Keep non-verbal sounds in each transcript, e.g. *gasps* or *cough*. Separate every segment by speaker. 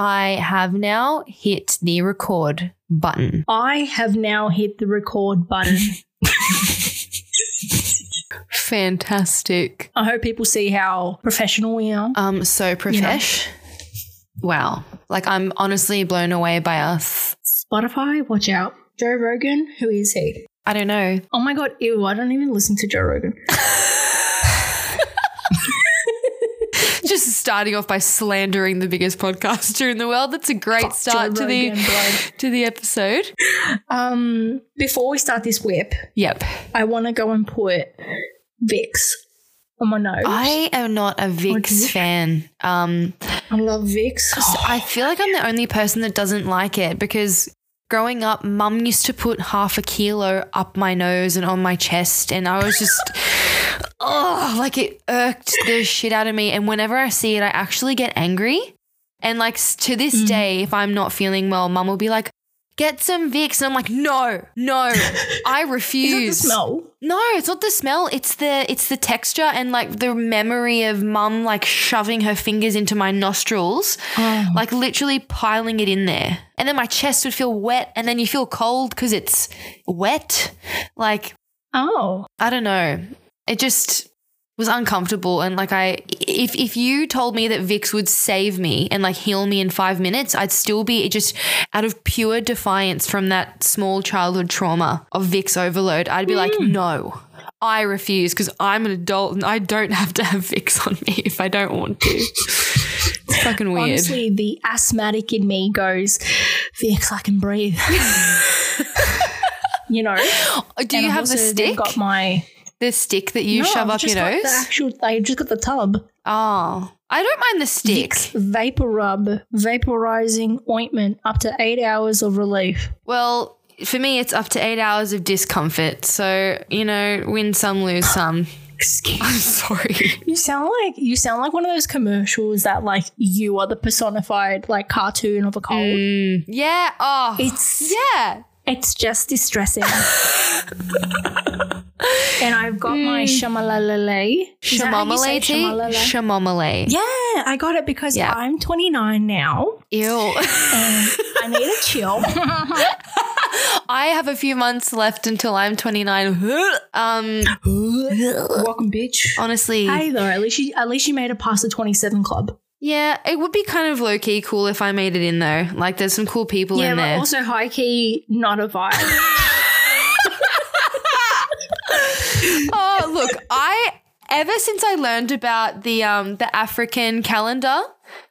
Speaker 1: I have now hit the record button.
Speaker 2: I have now hit the record *laughs* button.
Speaker 1: Fantastic.
Speaker 2: I hope people see how professional we are.
Speaker 1: Um, so profesh. Wow. Like I'm honestly blown away by us.
Speaker 2: Spotify, watch out. Joe Rogan, who is he?
Speaker 1: I don't know. *laughs*
Speaker 2: Oh my god, ew, I don't even listen to Joe Rogan.
Speaker 1: Just starting off by slandering the biggest podcaster in the world. That's a great
Speaker 2: Fuck
Speaker 1: start
Speaker 2: Joe
Speaker 1: to the
Speaker 2: Rogan, blood.
Speaker 1: to the episode.
Speaker 2: Um, before we start this whip,
Speaker 1: Yep.
Speaker 2: I want to go and put Vicks on my nose. I,
Speaker 1: I am not a
Speaker 2: you?
Speaker 1: Vix fan. Um,
Speaker 2: love Vicks.
Speaker 1: so I feel like I'm the only person that doesn't like it because growing up, mum used to put half a kilo up my nose and on my chest, and I was just,
Speaker 2: *laughs*
Speaker 1: oh, like it irked the shit out of me. And whenever I see it, I actually get angry. And like s- to this
Speaker 2: Mhm.
Speaker 1: day, if I'm not feeling well, mum will be like, get some Vicks. And I'm like, no,
Speaker 2: *laughs*
Speaker 1: no, I refuse.
Speaker 2: Is it the smell?
Speaker 1: No, it's not the smell. It's the it's the texture and like the memory of mum like shoving her fingers into my nostrils,
Speaker 2: Oh.
Speaker 1: like literally piling it in there. And then my chest would feel wet and then you feel cold cuz it's wet. Like
Speaker 2: oh.
Speaker 1: I don't know. It just was uncomfortable and like I if if you told me that Vicks would save me and like heal me in 5 minutes, I'd still be just out of pure defiance from that small childhood trauma of Vicks overload. I'd be like, "No. I refuse because I'm an adult and I don't have to have Vicks on me if I don't want to." it's fucking weird.
Speaker 2: Honestly, the asthmatic in me goes, Vicks, I can *laughs* breathe. you know?
Speaker 1: Oh, Do you
Speaker 2: I've
Speaker 1: have the
Speaker 2: also then
Speaker 1: stick?
Speaker 2: Got my
Speaker 1: the stick that you
Speaker 2: No,
Speaker 1: shove
Speaker 2: I've
Speaker 1: up your
Speaker 2: just got
Speaker 1: nose?
Speaker 2: The actual, I just got the tub.
Speaker 1: oh. I don't mind the stick.
Speaker 2: Vicks Vapor Rub vaporizing ointment up to eight hours of relief.
Speaker 1: Well, for me, it's up to eight hours of discomfort. So, you know, win some,
Speaker 2: *laughs*
Speaker 1: lose some. I'm sorry.
Speaker 2: You sound like you sound like one of those commercials that like you are the personified like cartoon of a cold.
Speaker 1: Mm, yeah. Oh.
Speaker 2: It's
Speaker 1: yeah.
Speaker 2: it's
Speaker 1: *laughs*
Speaker 2: just distressing. and I've got my
Speaker 1: Mm.
Speaker 2: shamalalale. Is that how you say
Speaker 1: Shamomale tea?
Speaker 2: Shamalalale.
Speaker 1: Shamomale.
Speaker 2: Yeah, I got it because
Speaker 1: Yeah.
Speaker 2: I'm 29 now
Speaker 1: Ew.
Speaker 2: *laughs* and I need a chill.
Speaker 1: I have a few months left until I'm 29. *laughs* um,
Speaker 2: Welcome, bitch.
Speaker 1: honestly,
Speaker 2: Hey though, at least you at least you made it past the 27 club.
Speaker 1: yeah, it would be kind of low key cool if I made it in though. Like, there's some cool people
Speaker 2: Yeah,
Speaker 1: in there.
Speaker 2: but also high key, not a vibe.
Speaker 1: oh, look, I ever since I learned about the um the African calendar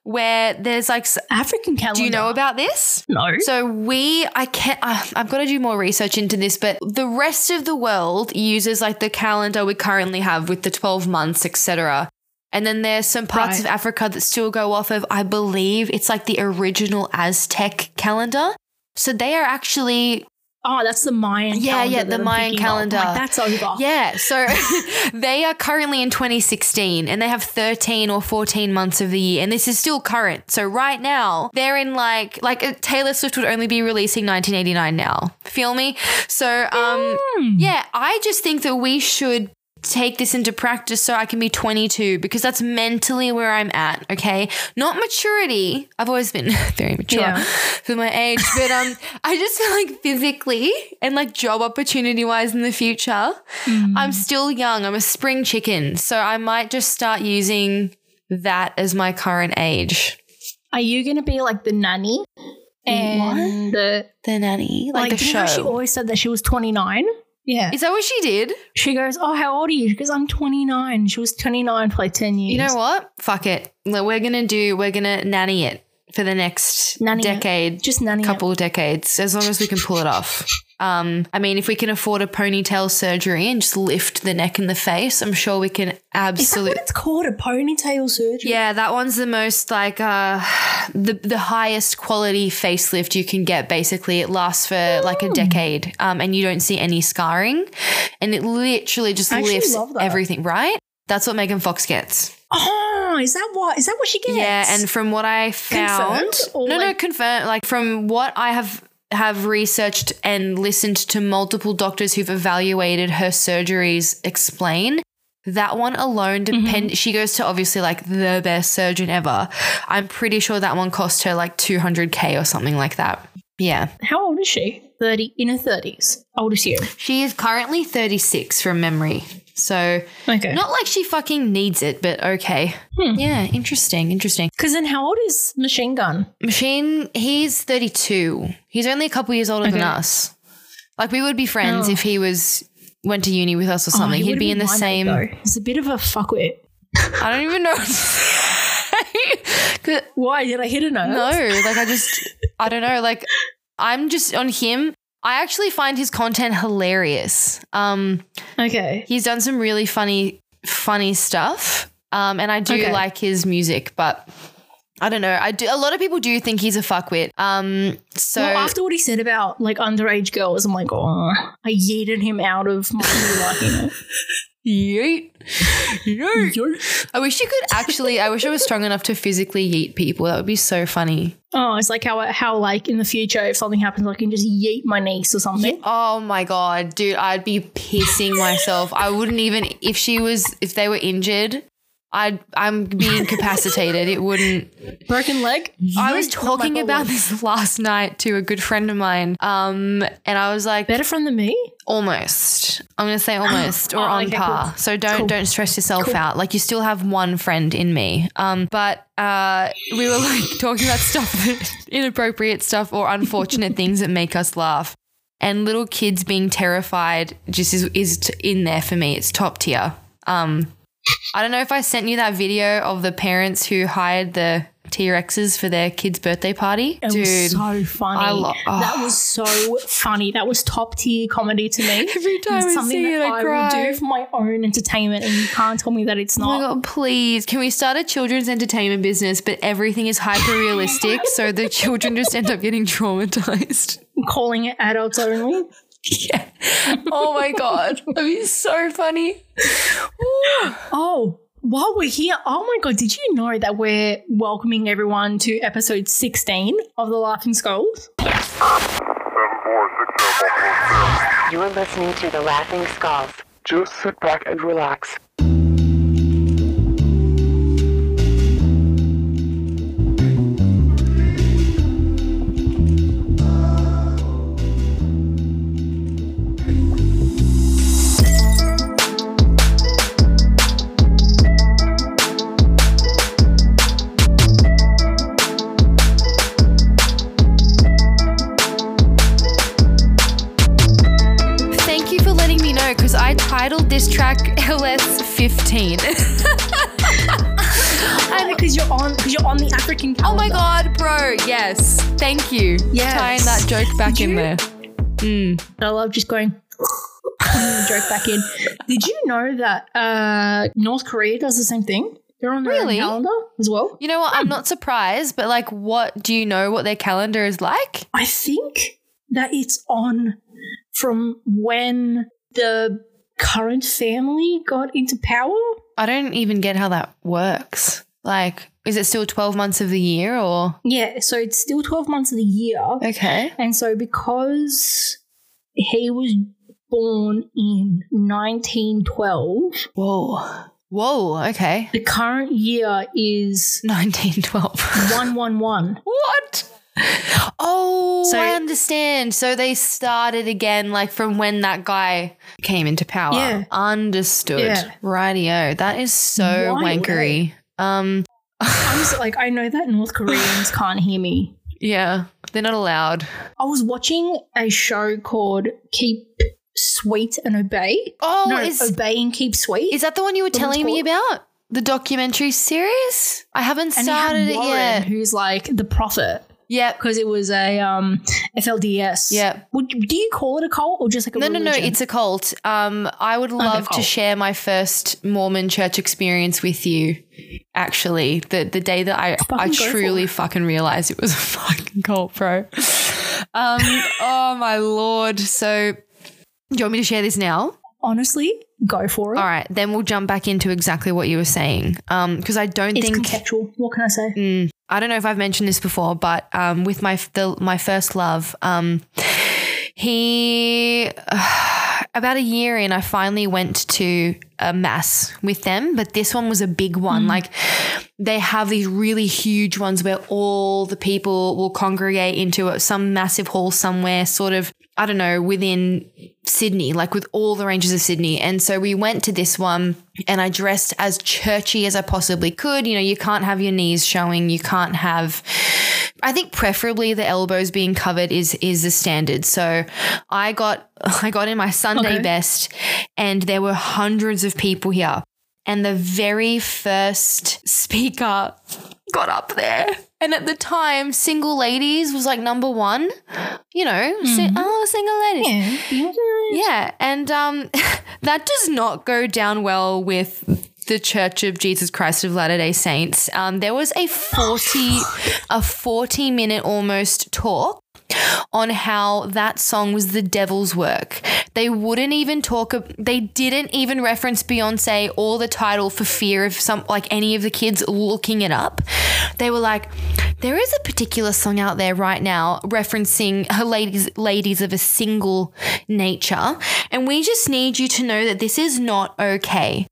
Speaker 1: where there's like s-
Speaker 2: *laughs* African calendar.
Speaker 1: do you know about this?
Speaker 2: No.
Speaker 1: So we I can uh, I've got to do more research into this but the rest of the world uses like the calendar we currently have with the 12 months etc. And then there's some parts
Speaker 2: Right.
Speaker 1: of Africa that still go off of I believe it's like the original Aztec calendar. So they are actually
Speaker 2: Oh, that's the Mayan.
Speaker 1: Yeah,
Speaker 2: calendar
Speaker 1: yeah,
Speaker 2: that
Speaker 1: the
Speaker 2: I'm
Speaker 1: Mayan
Speaker 2: thinking of. I'm
Speaker 1: calendar.
Speaker 2: Like, that's over.
Speaker 1: Yeah, so *laughs* they are currently in 2016 and they have 13 or 14 months of the year and this is still current. So right now, they're in like like uh, Taylor Swift would only be releasing 1989 now. Feel me? So um yeah, I just think that we should take this into practice so I can be 22 because that's mentally where I'm at, okay? Not maturity. I've always been *laughs* very mature
Speaker 2: Yeah.
Speaker 1: for my age, but
Speaker 2: *laughs*
Speaker 1: um I just feel like physically and like job opportunity wise in the future,
Speaker 2: Mm-hmm.
Speaker 1: I'm still young. I'm a spring chicken, so I might just start using that as my current age.
Speaker 2: Are you gonna be like the nanny? And the
Speaker 1: The nanny,
Speaker 2: like, you know how she always said that she was 29. Yeah.
Speaker 1: Is that what she did?
Speaker 2: She goes, "Oh, how old are you?" She goes, "I'm 29." She was 29 for like 10 years.
Speaker 1: You know what? Fuck it. Look, We're gonna do. We're gonna nanny it for the next
Speaker 2: Nanny it.
Speaker 1: decade,
Speaker 2: Just nanny. it.
Speaker 1: couple decades, as long as we can pull it off. Um, I mean, if we can afford a ponytail surgery and just lift the neck and the face, I'm sure we can
Speaker 2: Is that
Speaker 1: absolutely.
Speaker 2: what it's called? A ponytail surgery.
Speaker 1: Yeah, that one's the most like uh the the highest quality facelift you can get basically. It lasts for like
Speaker 2: Hmm.
Speaker 1: a decade. Um and you don't see any scarring and it literally just
Speaker 2: I actually
Speaker 1: lifts
Speaker 2: love that.
Speaker 1: everything, right? That's what Megan Fox gets.
Speaker 2: Oh, is that what? Is that what she gets?
Speaker 1: Yeah, and from what I found,
Speaker 2: Confirmed or
Speaker 1: no, no,
Speaker 2: like-
Speaker 1: confirm. Like from what I have have researched and listened to multiple doctors who've evaluated her surgeries explain, That one alone
Speaker 2: Mm-hmm.
Speaker 1: depend she goes to obviously like the best surgeon ever. I'm pretty sure that one cost her like 200k or something like that. Yeah.
Speaker 2: How old is she? 30, in her 30s, I would assume.
Speaker 1: She is currently 36 from memory. So
Speaker 2: Okay.
Speaker 1: not like she fucking needs it, but okay.
Speaker 2: Hmm.
Speaker 1: Yeah, interesting, interesting.
Speaker 2: Because then how old is Machine Gun?
Speaker 1: Machine, he's 32. He's only a couple years older than
Speaker 2: Okay.
Speaker 1: us. Like we would be friends
Speaker 2: Oh.
Speaker 1: if he was went to uni with us or something.
Speaker 2: Oh, he
Speaker 1: He'd
Speaker 2: would've
Speaker 1: be in the
Speaker 2: my mate,
Speaker 1: same
Speaker 2: though. He's a bit of a fuckwit.
Speaker 1: I don't even know. what to say. *laughs* 'Cause-
Speaker 2: Why? Did I hit a note?
Speaker 1: no, like I just, I don't know. Like I'm just on him. I actually find his content hilarious. Um,
Speaker 2: Okay.
Speaker 1: he's done some really funny, funny stuff. Um, and I do
Speaker 2: Okay.
Speaker 1: like his music, but I don't know. I do. A lot of people do think he's a fuckwit. Um, so
Speaker 2: well, after what he said about like underage girls, I'm like, oh, I yeeted him out
Speaker 1: *laughs*
Speaker 2: of my me liking it.
Speaker 1: yeet, yeet. I wish you could actually. I wish I was strong enough to physically yeet people. That would be so funny.
Speaker 2: Oh, it's like how how like in the future if something happens, I can just yeet my niece or something.
Speaker 1: Oh my god, dude, I'd be pissing myself. I wouldn't even if she was if they were injured, I'd I'm be incapacitated. It wouldn't
Speaker 2: Broken leg.
Speaker 1: I was
Speaker 2: Yeet, not my
Speaker 1: talking
Speaker 2: bubble.
Speaker 1: about this last night to a good friend of mine. Um and I was like
Speaker 2: better friend than me.
Speaker 1: almost. I'm gonna say almost or
Speaker 2: *gasps* Oh,
Speaker 1: on
Speaker 2: okay,
Speaker 1: par.
Speaker 2: cool.
Speaker 1: So don't
Speaker 2: Cool.
Speaker 1: don't stress yourself out. Like you still have one friend in me. Um, but uh, we were like *laughs* talking about stuff that inappropriate stuff or
Speaker 2: *laughs*
Speaker 1: unfortunate things that make us laugh. And little kids being terrified just is is t- in there for me. It's top tier. Um, I don't know if I sent you that video of the parents who hired the T Rexes for their kids' birthday party.
Speaker 2: It
Speaker 1: Dude,
Speaker 2: was so funny.
Speaker 1: I lo- oh.
Speaker 2: That was so funny. That was top tier comedy to me.
Speaker 1: *laughs* every time
Speaker 2: It's
Speaker 1: I
Speaker 2: something
Speaker 1: see it,
Speaker 2: that
Speaker 1: I,
Speaker 2: I,
Speaker 1: cry.
Speaker 2: will do for my own entertainment, and you can't tell me that it's
Speaker 1: Oh my
Speaker 2: not.
Speaker 1: god, please. Can we start a children's entertainment business, but everything is hyper realistic, so the children just end up getting traumatized? *laughs*
Speaker 2: calling it adults only.
Speaker 1: Yeah. Oh my god. That'd be so funny.
Speaker 2: Oh, while we're here, oh my god, did you know that we're welcoming everyone to episode 16 of The Laughing Skulls?
Speaker 3: Seven four six seven one four seven.
Speaker 4: You are listening to The Laughing Skulls. Just sit back and relax.
Speaker 1: Thank you for letting me know because I titled this track LS15.
Speaker 2: Because you're on because you're on the African calendar.
Speaker 1: oh my god, bro. Yes. Thank you.
Speaker 2: Yes.
Speaker 1: Tying that joke back in
Speaker 2: You-
Speaker 1: there.
Speaker 2: I love just going *laughs* putting the joke back in. Did you know that uh, North Korea does the same thing? They're on their own
Speaker 1: Really?
Speaker 2: calendar as well.
Speaker 1: You know what? I'm not surprised, but like, what do you know what their calendar is like?
Speaker 2: I think that it's on from when the current family got into power.
Speaker 1: I don't even get how that works. Like, is it still 12 months of the year or?
Speaker 2: Yeah, so it's still 12 months of the year.
Speaker 1: Okay.
Speaker 2: And so because he was born in 1912,
Speaker 1: Whoa. Whoa. Okay.
Speaker 2: the current year is *laughs*
Speaker 1: 1912.
Speaker 2: 111.
Speaker 1: what? Oh,
Speaker 2: So-
Speaker 1: I understand. So they started again, like from when that guy came into power.
Speaker 2: Yeah.
Speaker 1: Understood.
Speaker 2: Yeah.
Speaker 1: Rightio. That is so
Speaker 2: Right-o.
Speaker 1: wankery. Um.
Speaker 2: I'm just like, I know that
Speaker 1: *laughs*
Speaker 2: North Koreans can't hear me.
Speaker 1: Yeah. They're not allowed.
Speaker 2: I was watching a show called Keep Sweet and Obey.
Speaker 1: Oh,
Speaker 2: no, uh,
Speaker 1: is
Speaker 2: Obey and Keep Sweet.
Speaker 1: is that the one you were
Speaker 2: the one's
Speaker 1: telling me about? The documentary series? I haven't
Speaker 2: and
Speaker 1: started
Speaker 2: he
Speaker 1: it
Speaker 2: had Warren,
Speaker 1: yet.
Speaker 2: who's like the prophet
Speaker 1: Yep.
Speaker 2: because it was a um, FLDS.
Speaker 1: Yeah.
Speaker 2: Would, do you call it a cult or just like a
Speaker 1: No, no, no.
Speaker 2: religion? Oh,
Speaker 1: It's a cult. Um, I would love to
Speaker 2: cult.
Speaker 1: share my first Mormon church experience with you. Actually, the the day that I I
Speaker 2: Fucking go for
Speaker 1: truly fucking realized it was a *laughs* fucking cult, bro. Um, oh my lord. So, do you want me to share this now?
Speaker 2: honestly, go for it.
Speaker 1: All right, then we'll jump back into exactly what you were saying. Um, because I don't
Speaker 2: It's
Speaker 1: think
Speaker 2: contextual. What can I say?
Speaker 1: Mm, I don't know if I've mentioned this before, but um, with my the, my first love, um, he about a year in, I finally went to a mass with them, but this one was a big one. Like they have these really huge ones where all the people will congregate into a- some massive hall somewhere, sort of, I don't know, within Sydney, like with all the ranges of Sydney. And so we went to this one and I dressed as churchy as I possibly could. You know, you can't have your knees showing, you can't have I think preferably the elbows being covered is is the standard. So I got *laughs* I got in my Sunday
Speaker 2: Okay.
Speaker 1: best and there were hundreds of people here. And the very first speaker got up there. And at the time, single ladies was like number one. You know, si- oh, single ladies.
Speaker 2: Yeah.
Speaker 1: Yeah, and um, *laughs* that does not go down well with the Church of Jesus Christ of Latter Day Saints. Um, there was a forty, a forty minute almost talk on how that song was the devil's work. They wouldn't even talk. ab- They didn't even reference Beyonce or the title for fear of some like any of the kids looking it up. They were like, there is a particular song out there right now referencing her ladies ladies of a single nature, and we just need you to know that this is not okay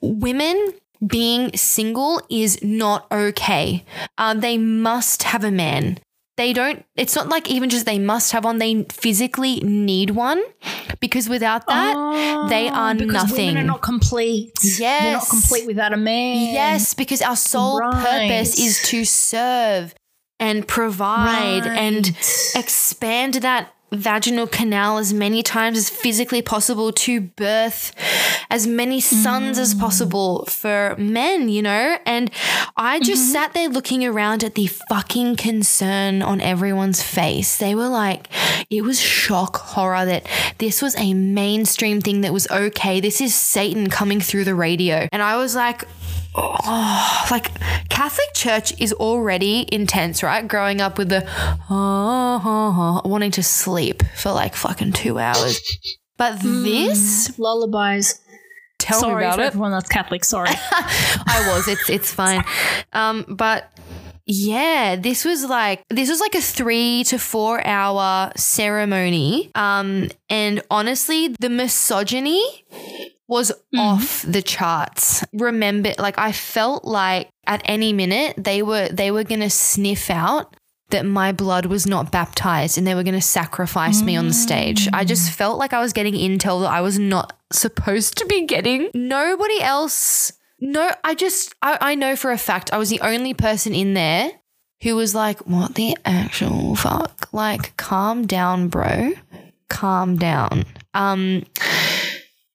Speaker 1: women being single is not okay. Uh, they must have a man. They don't, it's not like even just they must have one, they physically need one because without that, they are
Speaker 2: Oh, because
Speaker 1: nothing.
Speaker 2: Women are not complete. They're
Speaker 1: Yes.
Speaker 2: not complete without a man.
Speaker 1: Yes, because our sole
Speaker 2: Right.
Speaker 1: purpose is to serve and provide and
Speaker 2: Right.
Speaker 1: expand that vaginal canal as many times as physically possible to birth as many sons as
Speaker 2: Mm.
Speaker 1: possible for men, you know? And I just
Speaker 2: Mm-hmm.
Speaker 1: sat there looking around at the fucking concern on everyone's face. They were like, it was shock horror that this was a mainstream thing that was okay. This is Satan coming through the radio. And I was like, Oh, like Catholic Church is already intense, right? Growing up with the "Ah, wanting to sleep for like fucking two hours. But this,
Speaker 2: Lullabies.
Speaker 1: tell
Speaker 2: sorry
Speaker 1: me about
Speaker 2: for
Speaker 1: it.
Speaker 2: everyone that's
Speaker 1: *laughs*
Speaker 2: Catholic. Sorry.
Speaker 1: I was. It's it's fine. Um, but yeah, this was like this was like a three to four hour ceremony. Um, and honestly, the misogyny was off the charts. Remember, like I felt like at any minute they were they were gonna sniff out that my blood was not baptized and they were going to sacrifice me on the stage. I just felt like I was getting intel that I was not supposed to be getting. Nobody else. No, I just, I, I know for a fact I was the only person in there who was like, what the actual fuck? Like, calm down, bro. Calm down. Um,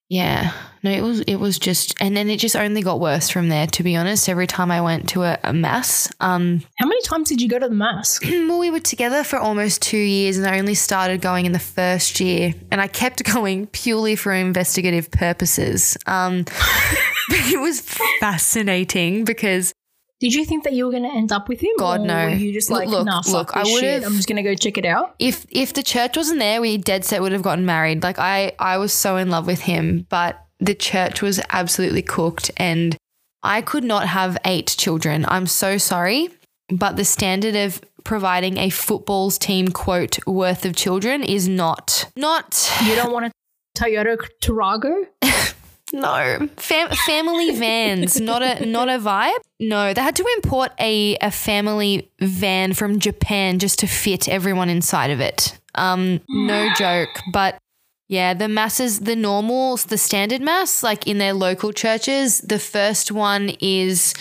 Speaker 1: yeah. No, it was it was just and then it just only got worse from there, to be honest. Every time I went to a, a mass. Um
Speaker 2: How many times did you go to the mass?
Speaker 1: *clears throat* well, we were together for almost two years, and I only started going in the first year, and I kept *laughs* going purely for investigative purposes. Um, *laughs* but it was fascinating because
Speaker 2: Did you think that you were going to end up with him?
Speaker 1: God,
Speaker 2: or
Speaker 1: no.
Speaker 2: Were you just
Speaker 1: Look-
Speaker 2: like,
Speaker 1: look,
Speaker 2: nah,
Speaker 1: look,
Speaker 2: fuck
Speaker 1: I
Speaker 2: this shit.
Speaker 1: would've-
Speaker 2: I'm just going to go check it out.
Speaker 1: if if the church wasn't there, we dead set would have gotten married. Like I I was so in love with him, but the church was absolutely cooked, and I could not have eight children. I'm so sorry, but the standard of providing a football's team quote worth of children is not not
Speaker 2: You don't want a Toyota Tarago?
Speaker 1: No, Fam- family vans, not a not a vibe. No, they had to import a a family van from Japan just to fit everyone inside of it. Um, no joke. But yeah, the masses, the normals, the standard mass, like in their local churches, the first one is,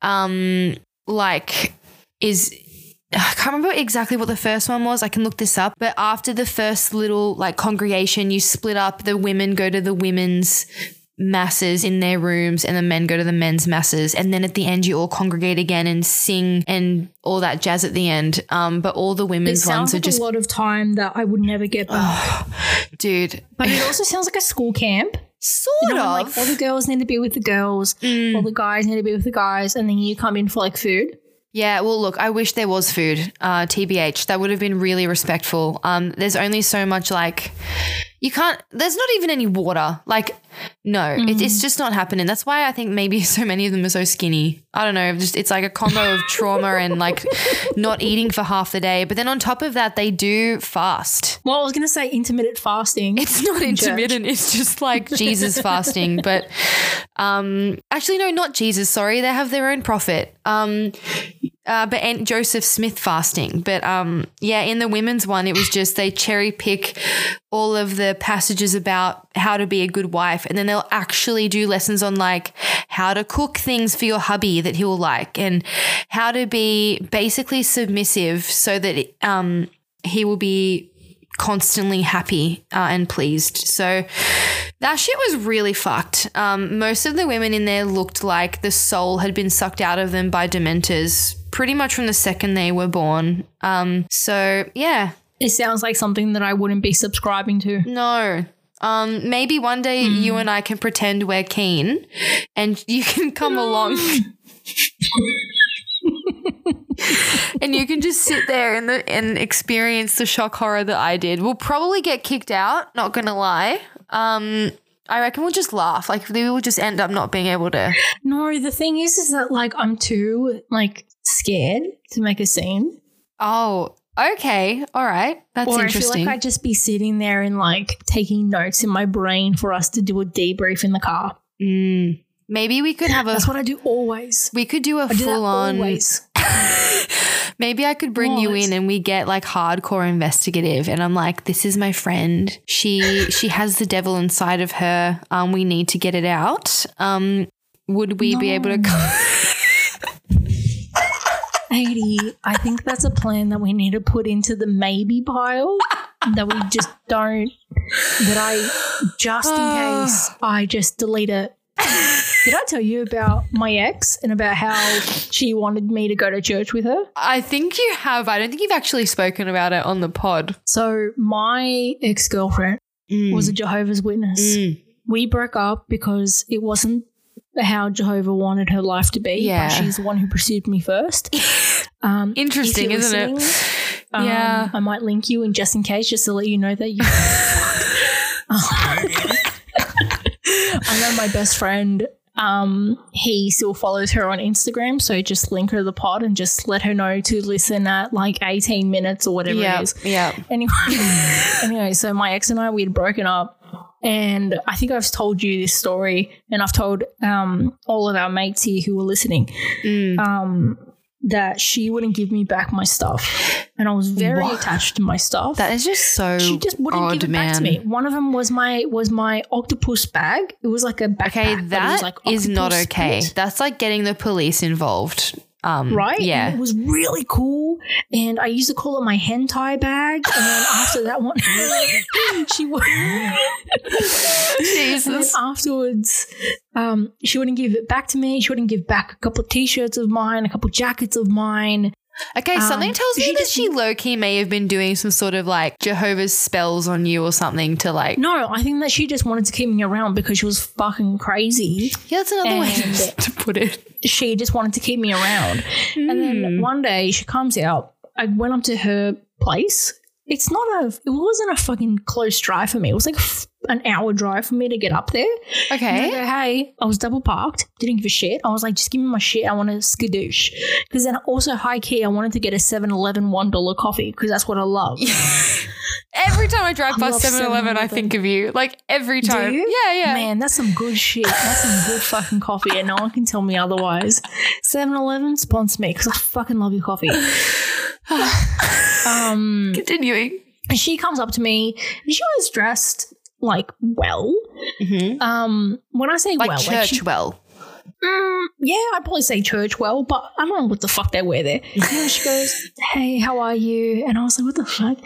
Speaker 1: um, like is I can't remember exactly what the first one was. I can look this up. But after the first little like congregation, you split up. The women go to the women's masses in their rooms, and the men go to the men's masses. And then at the end, you all congregate again and sing and all that jazz at the end. Um, but all the
Speaker 2: It
Speaker 1: women's
Speaker 2: sounds
Speaker 1: ones are
Speaker 2: like
Speaker 1: just
Speaker 2: a lot of time that I would never get back.
Speaker 1: *sighs* dude,
Speaker 2: but it also sounds like a school camp.
Speaker 1: sort
Speaker 2: You know, when,
Speaker 1: of.
Speaker 2: Like all the girls need to be with the girls,
Speaker 1: Mm.
Speaker 2: all the guys need to be with the guys, and then you come in for like food.
Speaker 1: Yeah, well, look, I wish there was food, uh, TBH. That would have been really respectful. Um, there's only so much like, You can't, there's not even any water. Like, no, it, it's just not happening. That's why I think maybe *laughs* so many of them are so skinny. I don't know. Just, it's like a combo of trauma and like not eating for half the day. But then on top of that, they do fast.
Speaker 2: Well, I was going to say intermittent fasting. *laughs*
Speaker 1: It's not intermittent. It's just like Jesus fasting. But um, actually, no, not Jesus. Sorry, they have their own prophet. Um, uh, but and Joseph Smith fasting. But um, yeah, in the women's one, it was just they cherry pick all of the passages about how to be a good wife, and then they'll actually do lessons on like how to cook things for your hubby that he'll like, and how to be basically submissive so that um, he will be constantly happy uh, and pleased. So that shit was really fucked. Um, most of the women in there looked like the soul had been sucked out of them by dementors pretty much from the second they were born. Um, so yeah,
Speaker 2: It sounds like something that I wouldn't be subscribing to.
Speaker 1: no. Um, maybe one day you and I can pretend we're keen and you can come along. *laughs* and you can just sit there and, the, and experience the shock horror that I did. We'll probably get kicked out, not gonna lie. Um, I reckon we'll just laugh. Like, we will just end up not being able to.
Speaker 2: No, the thing is, is that like I'm too like scared to make a scene.
Speaker 1: Oh, okay. All right. That's
Speaker 2: or I feel
Speaker 1: interesting.
Speaker 2: like I'd just be sitting there and like taking notes in my brain for us to do a debrief in the car.
Speaker 1: Mm. Maybe we could have a.
Speaker 2: That's what I do always.
Speaker 1: We could do a
Speaker 2: I do that
Speaker 1: full on.
Speaker 2: always.
Speaker 1: Maybe I could bring you
Speaker 2: What?
Speaker 1: in and we get like hardcore investigative and I'm like this is my friend. She she has the devil inside of her. Um we need to get it out. Um would we be able to
Speaker 2: Eighty. I think that's a plan that we need to put into the maybe pile that we just don't. That I just in case I just delete it. Did I tell you about my ex and about how she wanted me to go to church with her?
Speaker 1: *laughs* I think you have. I don't think you've actually spoken about it on the pod.
Speaker 2: So my ex girlfriend
Speaker 1: Hmm.
Speaker 2: was a Jehovah's Witness.
Speaker 1: Mm.
Speaker 2: We broke up because it wasn't how Jehovah wanted her life to be. but
Speaker 1: Yeah.
Speaker 2: she's the one who pursued me first. Um,
Speaker 1: Interesting,
Speaker 2: if you're
Speaker 1: isn't it?
Speaker 2: listening, um,
Speaker 1: Yeah.
Speaker 2: I might link you in just in case, just to let you know that you.
Speaker 1: *laughs*
Speaker 2: I know my best friend. Um, he still follows her on Instagram, so just link her the pod and just let her know to listen at like 18 minutes or whatever
Speaker 1: Yeah.
Speaker 2: it is.
Speaker 1: Yeah. *laughs*
Speaker 2: Anyway, anyway, so my ex and I we had broken up, and I think I've told you this story, and I've told um, all of our mates here who were listening
Speaker 1: Mm.
Speaker 2: um, that she wouldn't give me back my stuff, and I was very
Speaker 1: What?
Speaker 2: attached to my stuff.
Speaker 1: That is just so
Speaker 2: she just wouldn't
Speaker 1: odd,
Speaker 2: give it
Speaker 1: man.
Speaker 2: back to me. One of them was my was my octopus bag. It was like a backpack.
Speaker 1: Okay,
Speaker 2: but it
Speaker 1: that is
Speaker 2: was like
Speaker 1: not
Speaker 2: octopus
Speaker 1: okay.
Speaker 2: print,
Speaker 1: That's like getting the police involved. Um
Speaker 2: Right? And
Speaker 1: Yeah. *laughs*
Speaker 2: *laughs* it was really cool. And I used to call it my hentai bag. And
Speaker 1: *laughs*
Speaker 2: then after that one, *laughs* she would. And then
Speaker 1: Jesus.
Speaker 2: afterwards, um, she wouldn't give it back to me. She wouldn't give back a couple t-shirts of mine, a couple jackets of mine.
Speaker 1: Okay, something
Speaker 2: Um,
Speaker 1: tells me
Speaker 2: she
Speaker 1: that
Speaker 2: just-
Speaker 1: she low key may have been doing some sort of like Jehovah's spells on you or something to like.
Speaker 2: No, I think that she just wanted to keep me around because she was fucking crazy.
Speaker 1: Yeah, that's another way *laughs*
Speaker 2: And-
Speaker 1: to put it. Hmm.
Speaker 2: She just wanted to keep me around. And then one day she comes out. I went up to her place. It's not a. It wasn't a fucking close drive for me. It was like a f- an hour drive for me to get up there. And I
Speaker 1: Okay.
Speaker 2: go, hey, I was double parked, didn't give a shit. I was like, just give me my shit. I want a skadoosh. Because then also, high key, I wanted to get a 7 Eleven $1 coffee because that's what I love.
Speaker 1: Every time I drive
Speaker 2: I
Speaker 1: past
Speaker 2: love
Speaker 1: 7 Eleven, I
Speaker 2: 7-Eleven.
Speaker 1: think of you. Like every time.
Speaker 2: you?
Speaker 1: Yeah, yeah.
Speaker 2: Man, that's some good shit. That's some good fucking coffee, and no one can tell me otherwise. 7 Eleven, sponsor me because I fucking love
Speaker 1: *sighs*
Speaker 2: your coffee. um,
Speaker 1: Continuing.
Speaker 2: And she comes up to me and she was dressed like well. Um, when I say
Speaker 1: Like
Speaker 2: well,
Speaker 1: church
Speaker 2: like she
Speaker 1: well.
Speaker 2: mm, yeah, I'd probably say church well, but I don't know what the fuck they wear there. And then she goes, Hey, how are you? And I was like, What the fuck?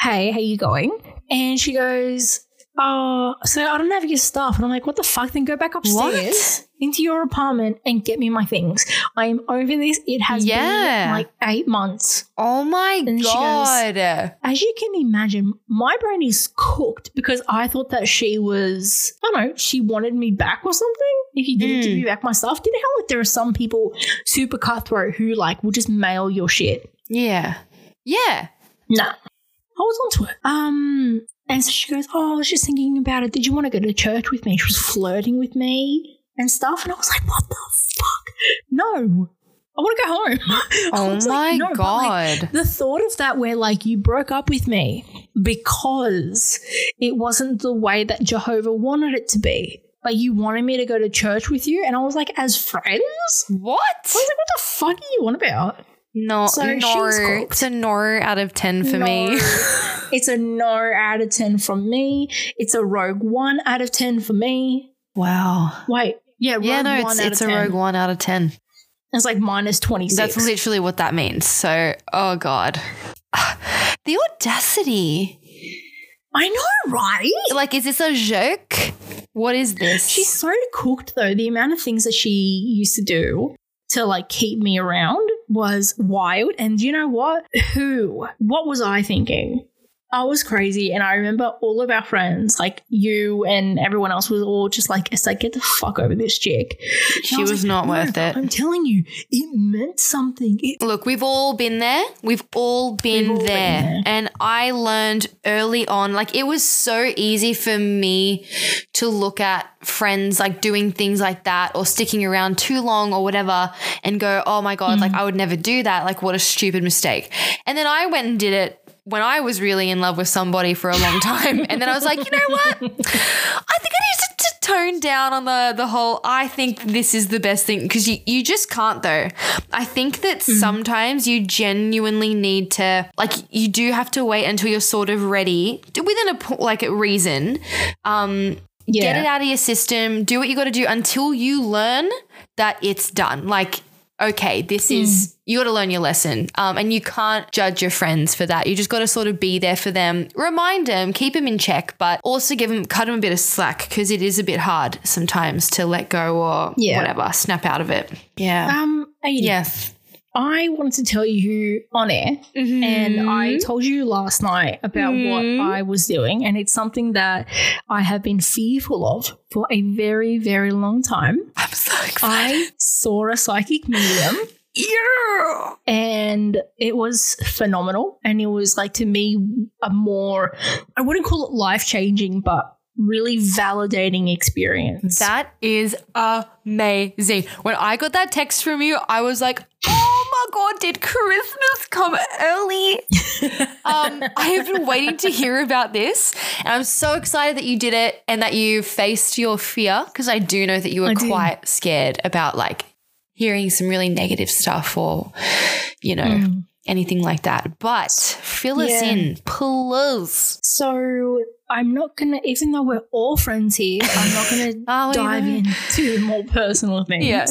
Speaker 2: Hey, how you going? And she goes, Oh, so I don't have your stuff. And I'm like, What the fuck? Then go back upstairs into your apartment and get me my things. I am over this. It has
Speaker 1: Yeah.
Speaker 2: been like eight months.
Speaker 1: Oh my
Speaker 2: then she goes-
Speaker 1: god.
Speaker 2: As you can imagine, my brain is cooked because I thought that she was, I don't know, she wanted me back or something. If you didn't
Speaker 1: Mm.
Speaker 2: give me back my stuff, you know how like there are some people super cutthroat who like will just mail your shit.
Speaker 1: yeah. Yeah.
Speaker 2: Nah. I was onto it. Um, and so she goes, "Oh, I was just thinking about it. Did you want to go to church with me?" She was flirting with me and stuff, and I was like, "What the fuck? No." I want to go home. *laughs* I
Speaker 1: Oh
Speaker 2: was
Speaker 1: my
Speaker 2: like, "No," but, like,
Speaker 1: god.
Speaker 2: the thought of that where like you broke up with me because it wasn't the way that Jehovah wanted it to be. Like you wanted me to go to church with you, and I was like, as friends?
Speaker 1: what?
Speaker 2: I was like, what the fuck are you on about?
Speaker 1: No,
Speaker 2: So she
Speaker 1: no.
Speaker 2: was cooked.
Speaker 1: It's a no out of 10 for me. *laughs*
Speaker 2: No. it's a no out of ten from me. It's a rogue one out of ten for me.
Speaker 1: Wow.
Speaker 2: Wait. Yeah, rogue
Speaker 1: Yeah, no,
Speaker 2: one
Speaker 1: it's,
Speaker 2: out
Speaker 1: it's a
Speaker 2: of 10.
Speaker 1: rogue one out of 10.
Speaker 2: It's like minus twenty six.
Speaker 1: That's literally what that means. So, oh God. *sighs* The audacity.
Speaker 2: I know, right?
Speaker 1: Like, is this a joke? What is this?
Speaker 2: She's so cooked though. The amount of things that she used to do to like keep me around was wild. And you know what? Who? What was I thinking? I was crazy, and I remember all of our friends, like you and everyone else, was all just like, "It's like get the fuck over this chick." And
Speaker 1: She
Speaker 2: I
Speaker 1: was
Speaker 2: like,
Speaker 1: not
Speaker 2: "No,
Speaker 1: worth it."
Speaker 2: I'm telling you, it meant something. It
Speaker 1: Look, we've all been there. We've all been,
Speaker 2: We've all been
Speaker 1: there.
Speaker 2: there.
Speaker 1: And I learned early on, like, it was so easy for me to look at friends like doing things like that or sticking around too long or whatever and go, oh my God,
Speaker 2: Mm.
Speaker 1: like, I would never do that. Like, what a stupid mistake. And then I went and did it. When I was really in love with somebody for a long time. *laughs* And then I was like, you know what? I think I need to, to tone down on the the whole I think this is the best thing because you, you just can't though. I think that sometimes you genuinely need to like you do have to wait until you're sort of ready to- within a po- like a reason. Um
Speaker 2: yeah.
Speaker 1: get it out of your system, do what you got to do until you learn that it's done. Like okay, this
Speaker 2: Hmm.
Speaker 1: is you got to learn your lesson. Um and you can't judge your friends for that. You just got to sort of be there for them. Remind them, keep them in check, but also give them cut them a bit of slack cuz it is a bit hard sometimes to let go or
Speaker 2: Yeah.
Speaker 1: whatever, snap out of it. Yeah.
Speaker 2: Um, Aiden,
Speaker 1: yeah.
Speaker 2: I wanted to tell you on air and I
Speaker 1: Mm-hmm.
Speaker 2: told you last night about
Speaker 1: Mhm.
Speaker 2: what I was doing, and it's something that I have been fearful of for a very, very long time.
Speaker 1: I'm so excited. *laughs*
Speaker 2: I saw a psychic medium,
Speaker 1: Yeah.
Speaker 2: and it was phenomenal. And it was like to me a more, I wouldn't call it life changing, but really validating experience.
Speaker 1: That is amazing. When I got that text from you, I was like, oh my God, did Christmas come
Speaker 2: *laughs*
Speaker 1: early? um, I have been waiting to hear about this. And I'm so excited that you did it and that you faced your fear because I do know that you were
Speaker 2: I did.
Speaker 1: quite scared about like hearing some really negative stuff or, you know,
Speaker 2: Mm.
Speaker 1: anything like that. But fill us
Speaker 2: Yeah.
Speaker 1: in, please.
Speaker 2: So I'm not gonna, even though we're all friends here, I'm not gonna
Speaker 1: *laughs* Oh, we
Speaker 2: dive
Speaker 1: know.
Speaker 2: into more personal things.
Speaker 1: Yeah.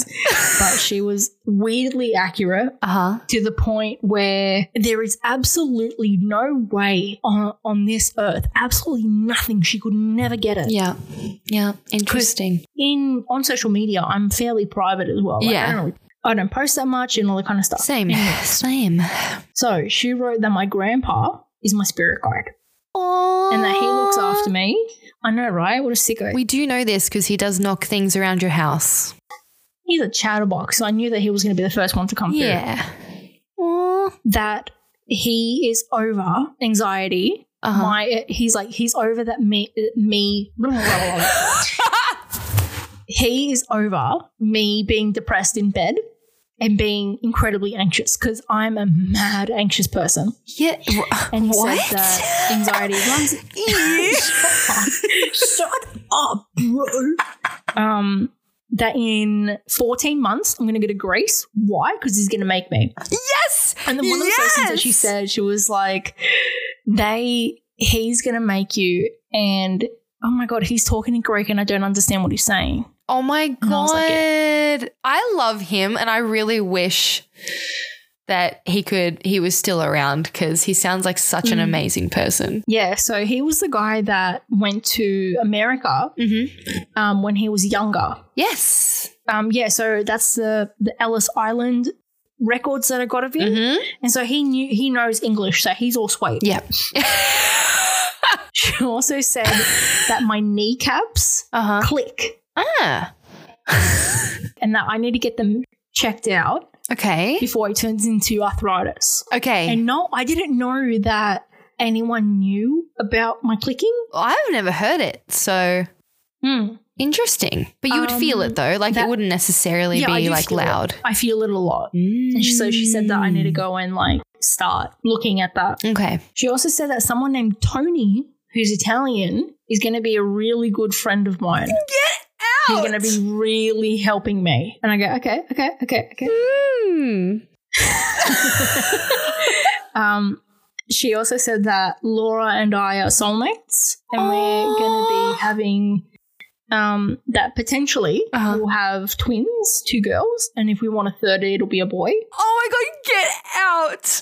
Speaker 2: but she was weirdly accurate
Speaker 1: Uh huh.
Speaker 2: to the point where there is absolutely no way on, on this earth, absolutely nothing. She could never get it.
Speaker 1: Yeah. Yeah. Interesting.
Speaker 2: In on social media, I'm fairly private as well. Like,
Speaker 1: Yeah.
Speaker 2: I don't, really- I don't post that much and all that kind of stuff.
Speaker 1: Same. *laughs* Same.
Speaker 2: So she wrote that my grandpa is my spirit guide and that he looks
Speaker 1: Aw.
Speaker 2: after me. I know, right? What a sicko.
Speaker 1: We do know this because he does knock things around your house.
Speaker 2: He's a chatterbox, so I knew that he was going to be the first one to come through.
Speaker 1: Yeah. Aw.
Speaker 2: that he is over anxiety.
Speaker 1: Uh-huh.
Speaker 2: My, he's like he's over that me
Speaker 1: *laughs*
Speaker 2: me. blah, blah, blah, blah. he is over me being depressed in bed and being incredibly anxious because I'm a mad anxious person.
Speaker 1: Yeah. wh-
Speaker 2: *laughs* And he
Speaker 1: what?
Speaker 2: said that anxiety runs. Shut up, bro. Um, that in 14 months I'm going to go to Greece. Why? Because he's going to make me.
Speaker 1: *laughs* yes.
Speaker 2: And then one of the first things that she
Speaker 1: Yes!
Speaker 2: said, she was like, they, he's going to make you. And oh my God, he's talking in Greek and I don't understand what he's saying.
Speaker 1: Oh my
Speaker 2: And I
Speaker 1: god.
Speaker 2: was like,
Speaker 1: I love him, and I really wish that he could. He was still around because he sounds like such an
Speaker 2: Mm.
Speaker 1: amazing person.
Speaker 2: Yeah. So he was the guy that went to America
Speaker 1: Mm-hmm.
Speaker 2: um, when he was younger.
Speaker 1: Yes.
Speaker 2: Um, yeah. So that's the, the Ellis Island records that I got of him.
Speaker 1: *laughs* Mm-hmm.
Speaker 2: And so he knew, he knows English. So he's all sweet.
Speaker 1: Yep.
Speaker 2: She
Speaker 1: *laughs*
Speaker 2: also said that my kneecaps
Speaker 1: uh huh.
Speaker 2: click
Speaker 1: Ah.
Speaker 2: and that I need to get them checked out
Speaker 1: Okay.
Speaker 2: before it turns into arthritis.
Speaker 1: Okay.
Speaker 2: And no, I didn't know that anyone knew about my clicking.
Speaker 1: I've never heard it, so
Speaker 2: Hmm.
Speaker 1: interesting. But you would feel
Speaker 2: Um,
Speaker 1: it though, like it
Speaker 2: that-
Speaker 1: wouldn't necessarily
Speaker 2: Yeah, I
Speaker 1: be
Speaker 2: do
Speaker 1: like
Speaker 2: feel it.
Speaker 1: loud.
Speaker 2: I feel it a lot. And she, so she said that I need to
Speaker 1: Mm.
Speaker 2: go and like start looking at that.
Speaker 1: Okay.
Speaker 2: She also said that someone named Tony, who's Italian, is going to be a really good friend of mine.
Speaker 1: Get
Speaker 2: He's going to be really helping me. And I go, okay, okay, okay, okay. Hmm.
Speaker 1: Mm.
Speaker 2: Um, she also said that Laura and I are soulmates, and we're going
Speaker 1: Aw.
Speaker 2: to be having um, that potentially
Speaker 1: Uh-huh.
Speaker 2: we'll have twins, two girls, and if we want a third, it'll be a boy.
Speaker 1: Oh my god, get out!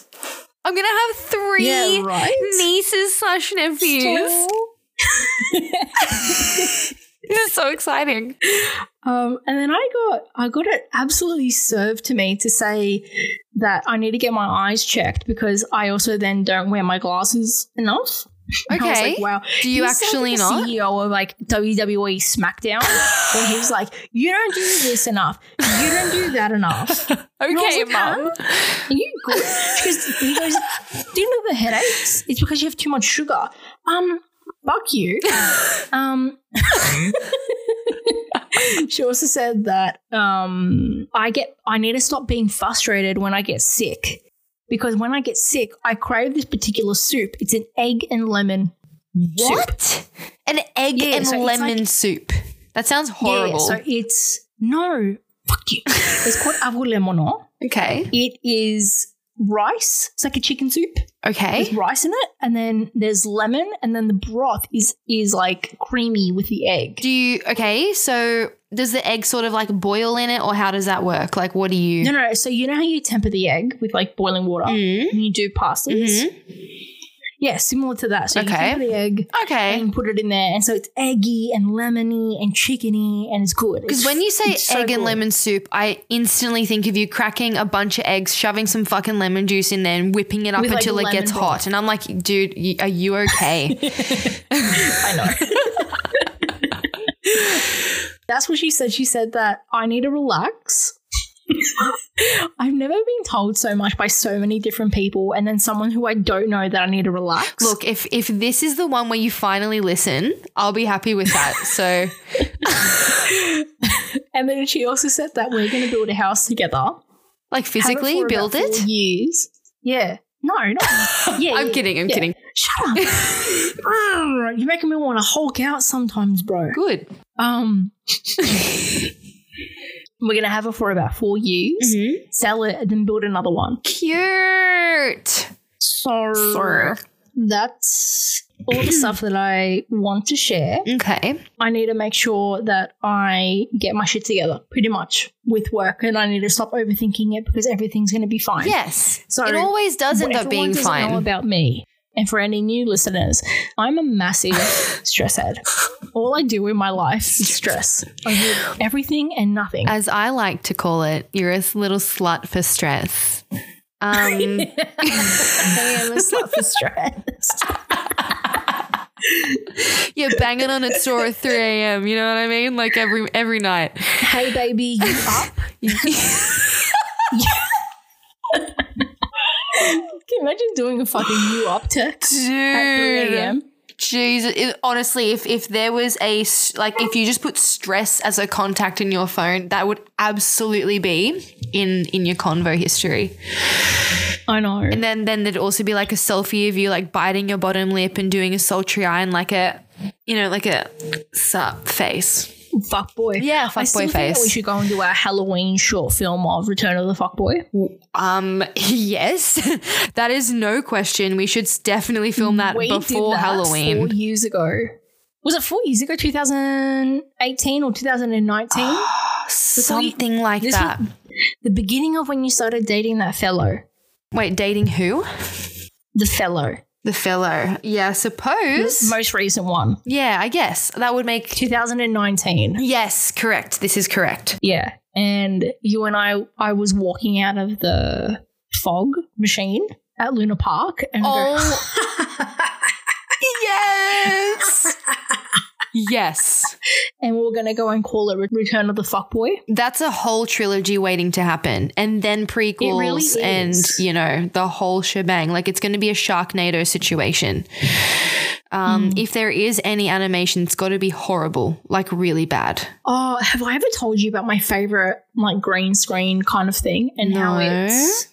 Speaker 1: I'm gonna have three
Speaker 2: Yeah, right.
Speaker 1: nieces slash nephews. *laughs* This is so exciting.
Speaker 2: Um, and then I got I got it absolutely served to me to say that I need to get my eyes checked because I also then don't wear my glasses enough. *laughs* And I was
Speaker 1: Okay.
Speaker 2: like, wow.
Speaker 1: Do you
Speaker 2: He sounds
Speaker 1: actually
Speaker 2: like the
Speaker 1: not?
Speaker 2: CEO of like WWE SmackDown when he was like, "You don't do this enough. You don't do that enough. Are
Speaker 1: Okay,
Speaker 2: And I was like,
Speaker 1: mum.
Speaker 2: you good?" Because he goes, "Do you know the headaches? It's because you have too much sugar." Um,
Speaker 1: *laughs*
Speaker 2: fuck you. Um, *laughs* she also said that um, I get I need to stop being frustrated when I get sick because when I get sick, I crave this particular soup. It's an egg and lemon.
Speaker 1: What? An egg
Speaker 2: Yeah,
Speaker 1: and
Speaker 2: so it's
Speaker 1: lemon soup. That sounds
Speaker 2: Yeah,
Speaker 1: horrible.
Speaker 2: so it's no fuck you. It's called avoulemono.
Speaker 1: okay.
Speaker 2: It is rice. It's like a chicken soup with
Speaker 1: Okay.
Speaker 2: rice in it, and then there's lemon, and then the broth is is like creamy with the egg.
Speaker 1: Do you okay, so does the egg sort of like boil in it or how does that work? Like what do you
Speaker 2: No, no, no. So you know how you temper the egg with like boiling water,
Speaker 1: Mm.
Speaker 2: and you do pastas.
Speaker 1: Mhm.
Speaker 2: Yeah, similar to that. So
Speaker 1: Okay. Eh?
Speaker 2: you temper the egg
Speaker 1: Okay.
Speaker 2: and put it in there, and so it's eggy and lemony and chickeny, and it's good.
Speaker 1: Because
Speaker 2: It's-
Speaker 1: when you say egg
Speaker 2: it's so
Speaker 1: and
Speaker 2: good.
Speaker 1: lemon soup, I instantly think of you cracking a bunch of eggs, shoving some fucking lemon juice in there, and whipping it up
Speaker 2: With, like,
Speaker 1: until it
Speaker 2: lemon
Speaker 1: gets
Speaker 2: broth.
Speaker 1: hot. And I'm like, dude, y- are you
Speaker 2: *laughs*
Speaker 1: okay?
Speaker 2: I know. That's what she said. She said that I need to relax. I've never been told so much by so many different people, and then someone who I don't know that I need to relax.
Speaker 1: Look, if if this is the one where you finally listen, I'll be happy with
Speaker 2: *laughs*
Speaker 1: that. So
Speaker 2: and then she also said that we're going to build a house together. Have
Speaker 1: like
Speaker 2: it
Speaker 1: physically
Speaker 2: for
Speaker 1: build
Speaker 2: about
Speaker 1: it.
Speaker 2: four years. Yeah. No.
Speaker 1: *laughs*
Speaker 2: Not, yeah.
Speaker 1: I'm
Speaker 2: yeah.
Speaker 1: kidding, I'm
Speaker 2: Yeah.
Speaker 1: kidding.
Speaker 2: Shut up.
Speaker 1: *laughs*
Speaker 2: Arr, You're making me want to Hulk out sometimes, bro.
Speaker 1: Good. *laughs*
Speaker 2: Um. We're gonna have it for about four years.
Speaker 1: Mm-hmm.
Speaker 2: sell it, and then build another one.
Speaker 1: Cute.
Speaker 2: So that's all the stuff that I want to share.
Speaker 1: Okay.
Speaker 2: I need to make sure that I get my shit together pretty much with work, and I need to stop overthinking it because everything's going to be fine.
Speaker 1: Yes.
Speaker 2: So
Speaker 1: it always does
Speaker 2: What
Speaker 1: end up
Speaker 2: everyone
Speaker 1: being
Speaker 2: doesn't Know
Speaker 1: fine.
Speaker 2: about me. And for any new listeners, I'm
Speaker 1: *laughs*
Speaker 2: a massive stress head. All I do in my life is stress over everything and nothing.
Speaker 1: As I like to call it, you're a little slut for stress. *laughs* Um,
Speaker 2: *laughs* I am
Speaker 1: *laughs*
Speaker 2: a slut for stress.
Speaker 1: you're banging on its door at 3 a.m. You know what I mean? Like every every night.
Speaker 2: hey, baby, *laughs* you up? Can you imagine doing a fucking you up text at 3
Speaker 1: Dude,
Speaker 2: a.m.?
Speaker 1: Jesus. It- honestly, if if there was a s- like, if you just put stress as a contact in your phone, that would absolutely be in in your convo history.
Speaker 2: I know.
Speaker 1: And then then there'd also be like a selfie of you like biting your bottom lip and doing a sultry eye and like a you know like a sup face.
Speaker 2: fuck boy.
Speaker 1: Yeah,
Speaker 2: I
Speaker 1: fuckboy
Speaker 2: still think that
Speaker 1: face.
Speaker 2: we should go and do our Halloween short film of Return of the Fuck Boy.
Speaker 1: Um *laughs* yes, that is no question. We should definitely film that
Speaker 2: We did
Speaker 1: before
Speaker 2: that
Speaker 1: Halloween.
Speaker 2: Four years ago. Was it four years ago? 2018 or 2019?
Speaker 1: Something like
Speaker 2: this
Speaker 1: that.
Speaker 2: *gasps* the beginning of when you started dating that fellow.
Speaker 1: Wait, dating who?
Speaker 2: The fellow.
Speaker 1: The fellow. Yeah, I suppose.
Speaker 2: Most recent one.
Speaker 1: yeah, I guess that would make.
Speaker 2: 2019.
Speaker 1: Yes, correct. This is correct.
Speaker 2: *laughs* Yeah. And you and I, I was walking out of the fog machine at Luna Park. And I go,
Speaker 1: Oh. *laughs* yes. yes.
Speaker 2: *laughs* and we were gonna go and call it Re- Return of the Fuckboy.
Speaker 1: That's a whole trilogy waiting to happen. And then prequels
Speaker 2: is.
Speaker 1: and, you know, the whole shebang. Like it's going to be a Sharknado situation. Um,
Speaker 2: Hmm.
Speaker 1: If there is any animation, it's got to be horrible, like really bad.
Speaker 2: Oh, have I ever told you about my favorite like green screen kind of thing and how
Speaker 1: No.
Speaker 2: it's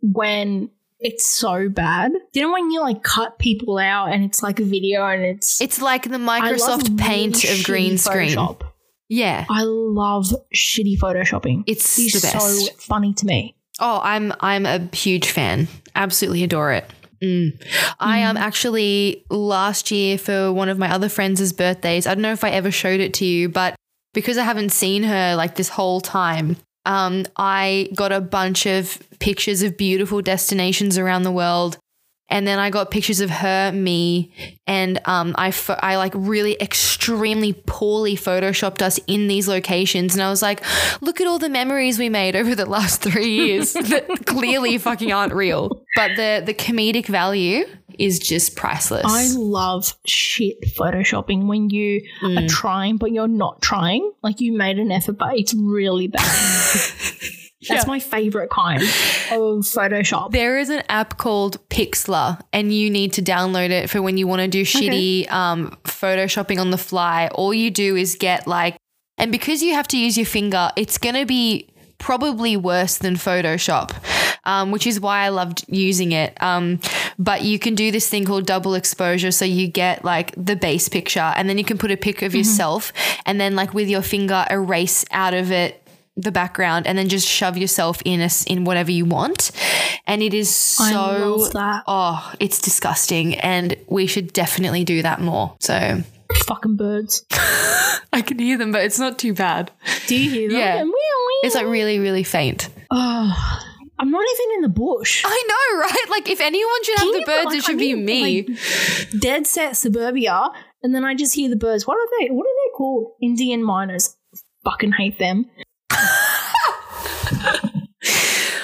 Speaker 2: when it's so bad? You know when you like cut people out and it's like a video and it's
Speaker 1: It's like the
Speaker 2: I love
Speaker 1: Microsoft
Speaker 2: really
Speaker 1: Paint of green
Speaker 2: shitty
Speaker 1: screen.
Speaker 2: Photoshop.
Speaker 1: Yeah.
Speaker 2: I love shitty photoshopping.
Speaker 1: It's
Speaker 2: It's
Speaker 1: the best.
Speaker 2: so funny to me.
Speaker 1: Oh, I'm I'm a huge fan. Absolutely adore it. Mm.
Speaker 2: Hmm.
Speaker 1: I um actually last year for one of my other friends' birthdays. I don't know if I ever showed it to you, but because I haven't seen her like this whole time, um, I got a bunch of pictures of beautiful destinations around the world. And then I got pictures of her, me, and um, I, pho- I like really extremely poorly photoshopped us in these locations. And I was like, look at all the memories we made over the last three years that clearly fucking aren't real. But the, the comedic value is just priceless.
Speaker 2: I love shit photoshopping when you
Speaker 1: Mm.
Speaker 2: are trying but you're not trying. Like you made an effort, but it's
Speaker 1: *laughs*
Speaker 2: really bad. That's my favorite kind of Photoshop.
Speaker 1: There is an app called Pixlr, and you need to download it for when you want to do shitty um, photoshopping on the fly. All you do is get like, and because you have to use your finger, it's going to be probably worse than Photoshop, um, which is why I loved using it. Um, but you can do this thing called double exposure. So you get like the base picture, and then you can put a pic of yourself, and then like with your finger, erase out of it the background and then just shove yourself in us in whatever you want and it is so
Speaker 2: I love that.
Speaker 1: oh it's disgusting and we should definitely do that more so
Speaker 2: Fucking birds.
Speaker 1: i can hear them but it's not too bad
Speaker 2: Do you hear them?
Speaker 1: Yeah.
Speaker 2: Meow, meow.
Speaker 1: it's like really really faint
Speaker 2: oh, I'm not even in the bush.
Speaker 1: i know right like if anyone should have
Speaker 2: Can
Speaker 1: the
Speaker 2: you,
Speaker 1: birds
Speaker 2: like,
Speaker 1: it
Speaker 2: I
Speaker 1: should be
Speaker 2: mean,
Speaker 1: me
Speaker 2: Dead set suburbia, and then I just hear the birds. What are they? What are they called? Indian miners. Fucking
Speaker 1: *laughs*
Speaker 2: hate them.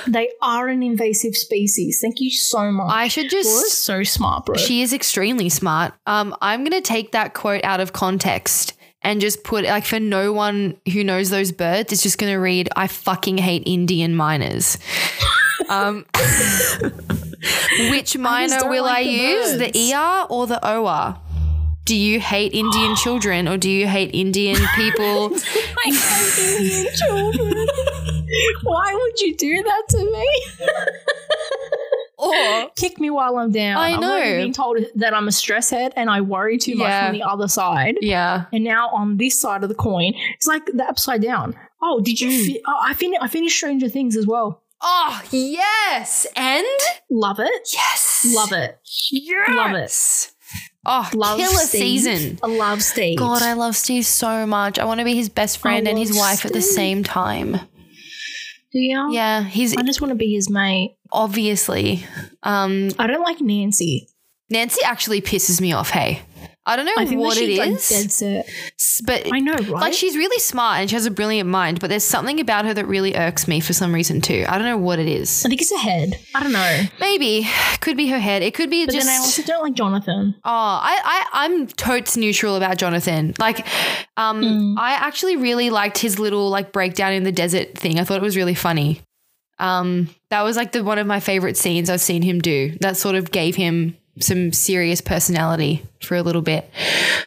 Speaker 2: they are an invasive species. Thank you so much.
Speaker 1: i should
Speaker 2: You're
Speaker 1: just
Speaker 2: so smart, bro.
Speaker 1: She is extremely smart. Um, I'm going to take that quote out of context and just put like for no one who knows those birds, it's just going to read, "I fucking hate Indian
Speaker 2: *laughs*
Speaker 1: miners." um, which minor
Speaker 2: don't
Speaker 1: will
Speaker 2: like
Speaker 1: I
Speaker 2: the
Speaker 1: use,
Speaker 2: birds.
Speaker 1: the er or the or? Do you hate Indian children or do you hate Indian people?
Speaker 2: *laughs* I
Speaker 1: *laughs*
Speaker 2: hate Indian children. Why would you do that to me?
Speaker 1: or
Speaker 2: Kick me while I'm down.
Speaker 1: I
Speaker 2: I'm already
Speaker 1: know.
Speaker 2: being told that I'm a stress head and I worry too much
Speaker 1: Yeah.
Speaker 2: on the other side.
Speaker 1: yeah,
Speaker 2: And now on this side of the coin, it's like the upside down. Oh, did you?
Speaker 1: Mm.
Speaker 2: Fi- oh, I finished. I finished Stranger Things as well.
Speaker 1: oh yes, and
Speaker 2: Love it.
Speaker 1: yes,
Speaker 2: Love it.
Speaker 1: yes,
Speaker 2: love it.
Speaker 1: Oh,
Speaker 2: Love
Speaker 1: killer
Speaker 2: Steve.
Speaker 1: season.
Speaker 2: I love Steve.
Speaker 1: God, I love Steve so much. I want to be his best friend
Speaker 2: I
Speaker 1: and his
Speaker 2: love
Speaker 1: wife at the
Speaker 2: Steve.
Speaker 1: same time.
Speaker 2: do you?
Speaker 1: Yeah, he's
Speaker 2: I just want to be his mate.
Speaker 1: obviously. Um,
Speaker 2: I don't like Nancy.
Speaker 1: Nancy actually pisses me off. Hey, I don't know
Speaker 2: I think
Speaker 1: what
Speaker 2: that
Speaker 1: it
Speaker 2: she's like
Speaker 1: is,
Speaker 2: dead set.
Speaker 1: but
Speaker 2: I know, right?
Speaker 1: like she's really smart and she has a brilliant mind. But there's something about her that really irks me for some reason too. I don't know what it is.
Speaker 2: I think it's a head. I don't know.
Speaker 1: Maybe could be her head. It could be
Speaker 2: But
Speaker 1: just.
Speaker 2: then I also don't like Jonathan.
Speaker 1: Oh, I, I I'm totes neutral about Jonathan. Like, um,
Speaker 2: Hmm.
Speaker 1: I actually really liked his little like breakdown in the desert thing. I thought it was really funny. Um, that was like the one of my favorite scenes I've seen him do. That sort of gave him some serious personality for a little bit.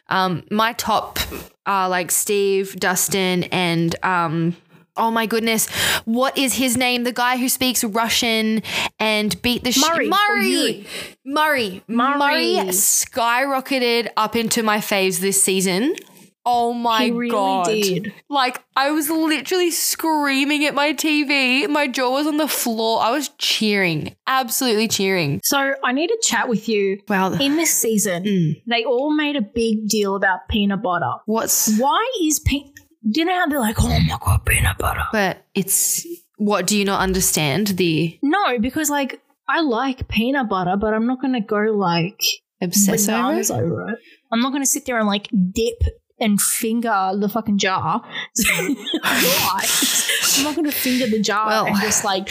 Speaker 1: Um, my top are like Steve, Dustin, and um. Oh my goodness! What is his name? The guy who speaks Russian and beat the shit
Speaker 2: Murray, or
Speaker 1: Murray.
Speaker 2: Yuri.
Speaker 1: Murray.
Speaker 2: Murray.
Speaker 1: Murray skyrocketed up into my faves this season. Oh my
Speaker 2: He really
Speaker 1: god.
Speaker 2: did.
Speaker 1: Like I was literally screaming at my TV. My jaw was on the floor. I was cheering. Absolutely cheering.
Speaker 2: So I need to chat with you.
Speaker 1: Wow.
Speaker 2: In this season,
Speaker 1: Mm.
Speaker 2: they all made a big deal about peanut butter.
Speaker 1: What's
Speaker 2: Why is peanut? You know how they're like, oh my god, peanut butter.
Speaker 1: but it's what do you not understand the
Speaker 2: No, because like I like peanut butter, but I'm not gonna go like
Speaker 1: obsess over?
Speaker 2: bananas over it. I'm not gonna sit there and like dip and finger the fucking jar. *laughs* I'm not gonna finger the jar
Speaker 1: Well.
Speaker 2: and just like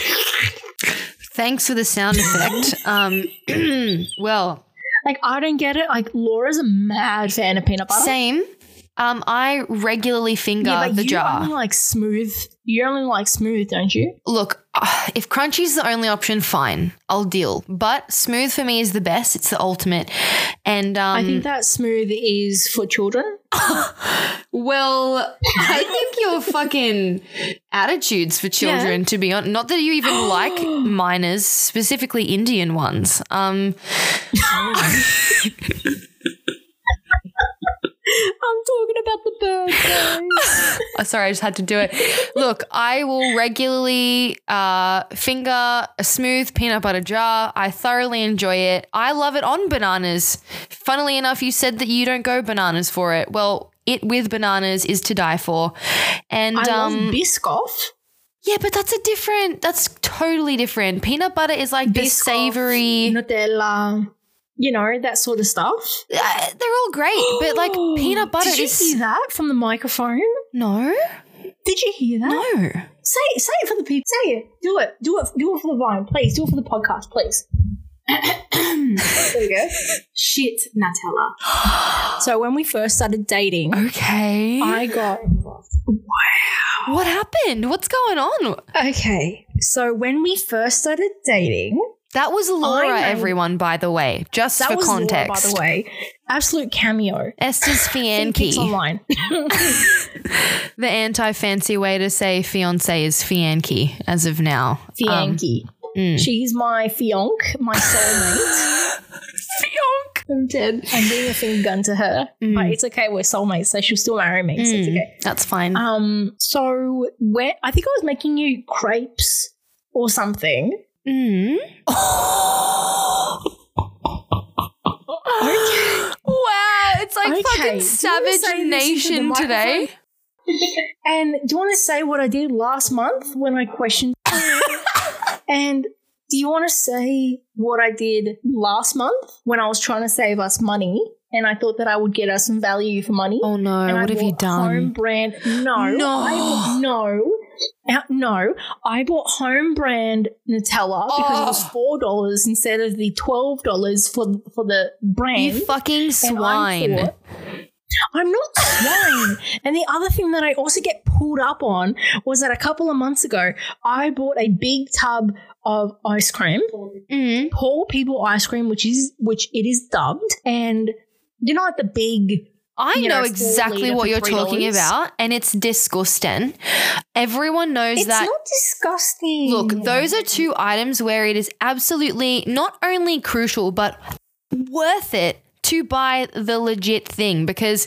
Speaker 1: Thanks for the sound
Speaker 2: *laughs*
Speaker 1: effect. um *clears throat* well,
Speaker 2: like I don't get it. Like Laura's a mad fan of peanut butter.
Speaker 1: same. Um, I regularly finger
Speaker 2: yeah, but
Speaker 1: the
Speaker 2: you
Speaker 1: jar.
Speaker 2: only like smooth. You only like smooth, don't you?
Speaker 1: Look, *sighs* uh, if crunchy's the only option, fine, I'll deal. But smooth for me is the best. It's the ultimate. And um,
Speaker 2: I think that smooth is for children.
Speaker 1: well, *laughs* I think your fucking attitudes for children, to be honest, not that you even
Speaker 2: *gasps*
Speaker 1: like minors, specifically Indian ones. Um,
Speaker 2: I'm talking about the bird. *laughs* guys.
Speaker 1: Oh, sorry, I just had to do it. Look, I will regularly uh, finger a smooth peanut butter jar. I thoroughly enjoy it. I love it on bananas. Funnily enough, you said that you don't go bananas for it. Well, it with bananas is to die for. And
Speaker 2: I love
Speaker 1: um,
Speaker 2: Biscoff.
Speaker 1: yeah, but that's a different, that's totally different. Peanut butter is like the
Speaker 2: Biscoff,
Speaker 1: savory.
Speaker 2: Nutella. You know that sort of stuff.
Speaker 1: Uh, they're all great, but
Speaker 2: *gasps*
Speaker 1: like peanut butter
Speaker 2: Did you
Speaker 1: is.
Speaker 2: hear that from the microphone?
Speaker 1: No,
Speaker 2: Did you hear that?
Speaker 1: no.
Speaker 2: Say it, say it for the people. Say it. Do it. Do it. Do it for the vine, please. Do it for the podcast,
Speaker 1: *coughs*
Speaker 2: please. there we go. Shit,
Speaker 1: *gasps*
Speaker 2: Nutella. so when we first started dating,
Speaker 1: Oh, Okay.
Speaker 2: I got.
Speaker 1: what happened? What's going on?
Speaker 2: Okay, so when we first started dating,
Speaker 1: That was Laura,
Speaker 2: know.
Speaker 1: everyone, by the way, just
Speaker 2: that
Speaker 1: for
Speaker 2: was Laura,
Speaker 1: context.
Speaker 2: by the way, absolute cameo.
Speaker 1: Esther's Fianchi.
Speaker 2: Keeps online.
Speaker 1: *laughs* The anti fancy way to say fiance is Fianchi as of now. Um,
Speaker 2: Fianchi. She's my fionk, my soulmate.
Speaker 1: Fionk.
Speaker 2: I'm dead. I'm being a finger gun to her, but it's okay. We're soulmates, so she'll still marry me. So it's okay.
Speaker 1: That's fine.
Speaker 2: Um, so where I think I was making you crepes or something. *laughs*
Speaker 1: Mm. wow, it's like
Speaker 2: Okay, do you
Speaker 1: fucking
Speaker 2: wanna
Speaker 1: Savage
Speaker 2: say this into the
Speaker 1: Nation today.
Speaker 2: microphone? And do you want to say what I did last month when I questioned? and do you want to say what I did last month when I was trying to save us money and I thought that I would get us some value for money?
Speaker 1: Oh no,
Speaker 2: and I
Speaker 1: what have you
Speaker 2: bought Home
Speaker 1: done?
Speaker 2: brand. No.
Speaker 1: No.
Speaker 2: I bought- no. Uh, No, I bought home brand Nutella because it was
Speaker 1: Oh.
Speaker 2: four dollars instead of the twelve dollars for for the brand.
Speaker 1: You fucking
Speaker 2: and I'm
Speaker 1: swine.
Speaker 2: for- I'm not swine. and the other thing that I also get pulled up on was that a couple of months ago, I bought a big tub of ice cream,
Speaker 1: Mm.
Speaker 2: poor people ice cream, which is which it is dubbed, and you know like the big
Speaker 1: I
Speaker 2: you
Speaker 1: know,
Speaker 2: know, it's still
Speaker 1: exactly
Speaker 2: leader
Speaker 1: what
Speaker 2: for
Speaker 1: you're
Speaker 2: $3.
Speaker 1: talking about, and it's disgusting. Everyone knows
Speaker 2: It's
Speaker 1: that.
Speaker 2: not disgusting.
Speaker 1: Look, those are two items where it is absolutely not only crucial, but worth it to buy the legit thing. Because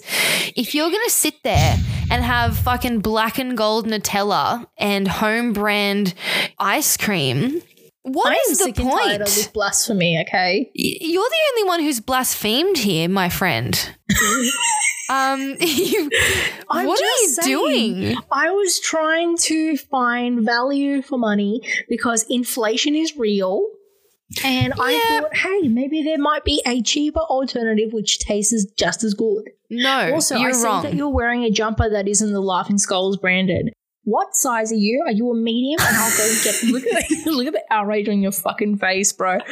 Speaker 1: if you're going to sit there and have fucking black and gold Nutella and home brand ice cream, what
Speaker 2: I am
Speaker 1: is the
Speaker 2: sick and tired of this
Speaker 1: point?
Speaker 2: blasphemy. Okay,
Speaker 1: Y- You're the only one who's blasphemed here, my *laughs* friend. um, *laughs* you,
Speaker 2: I'm
Speaker 1: what are you
Speaker 2: just saying.
Speaker 1: doing?
Speaker 2: I was trying to find value for money because inflation is real. And I
Speaker 1: Yeah.
Speaker 2: thought, hey, maybe there might be a cheaper alternative which tastes just as good.
Speaker 1: No,
Speaker 2: also,
Speaker 1: you're
Speaker 2: I see
Speaker 1: wrong.
Speaker 2: that you're wearing a jumper that isn't the Laughing Skulls branded. What size are you? Are you a medium? And I'll go get look at *laughs* look at the outrage on your fucking face, bro. *laughs*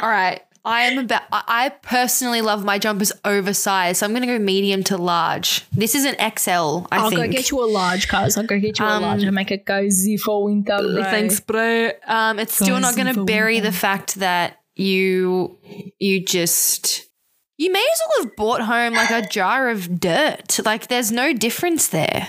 Speaker 1: All right. I am about. I I personally love my jumpers oversized, so I'm going to go medium to large. This is an XL, I
Speaker 2: I'll
Speaker 1: think. Um,
Speaker 2: go get you a large, cuz. I'll go get you a large and make it go Z for winter. bro.
Speaker 1: Thanks, bro. Um, it's still not
Speaker 2: Guys,
Speaker 1: going
Speaker 2: I'm
Speaker 1: to
Speaker 2: for
Speaker 1: bury
Speaker 2: one
Speaker 1: the fact that you you just you may as well have bought home like a jar of dirt. Like there's no difference there.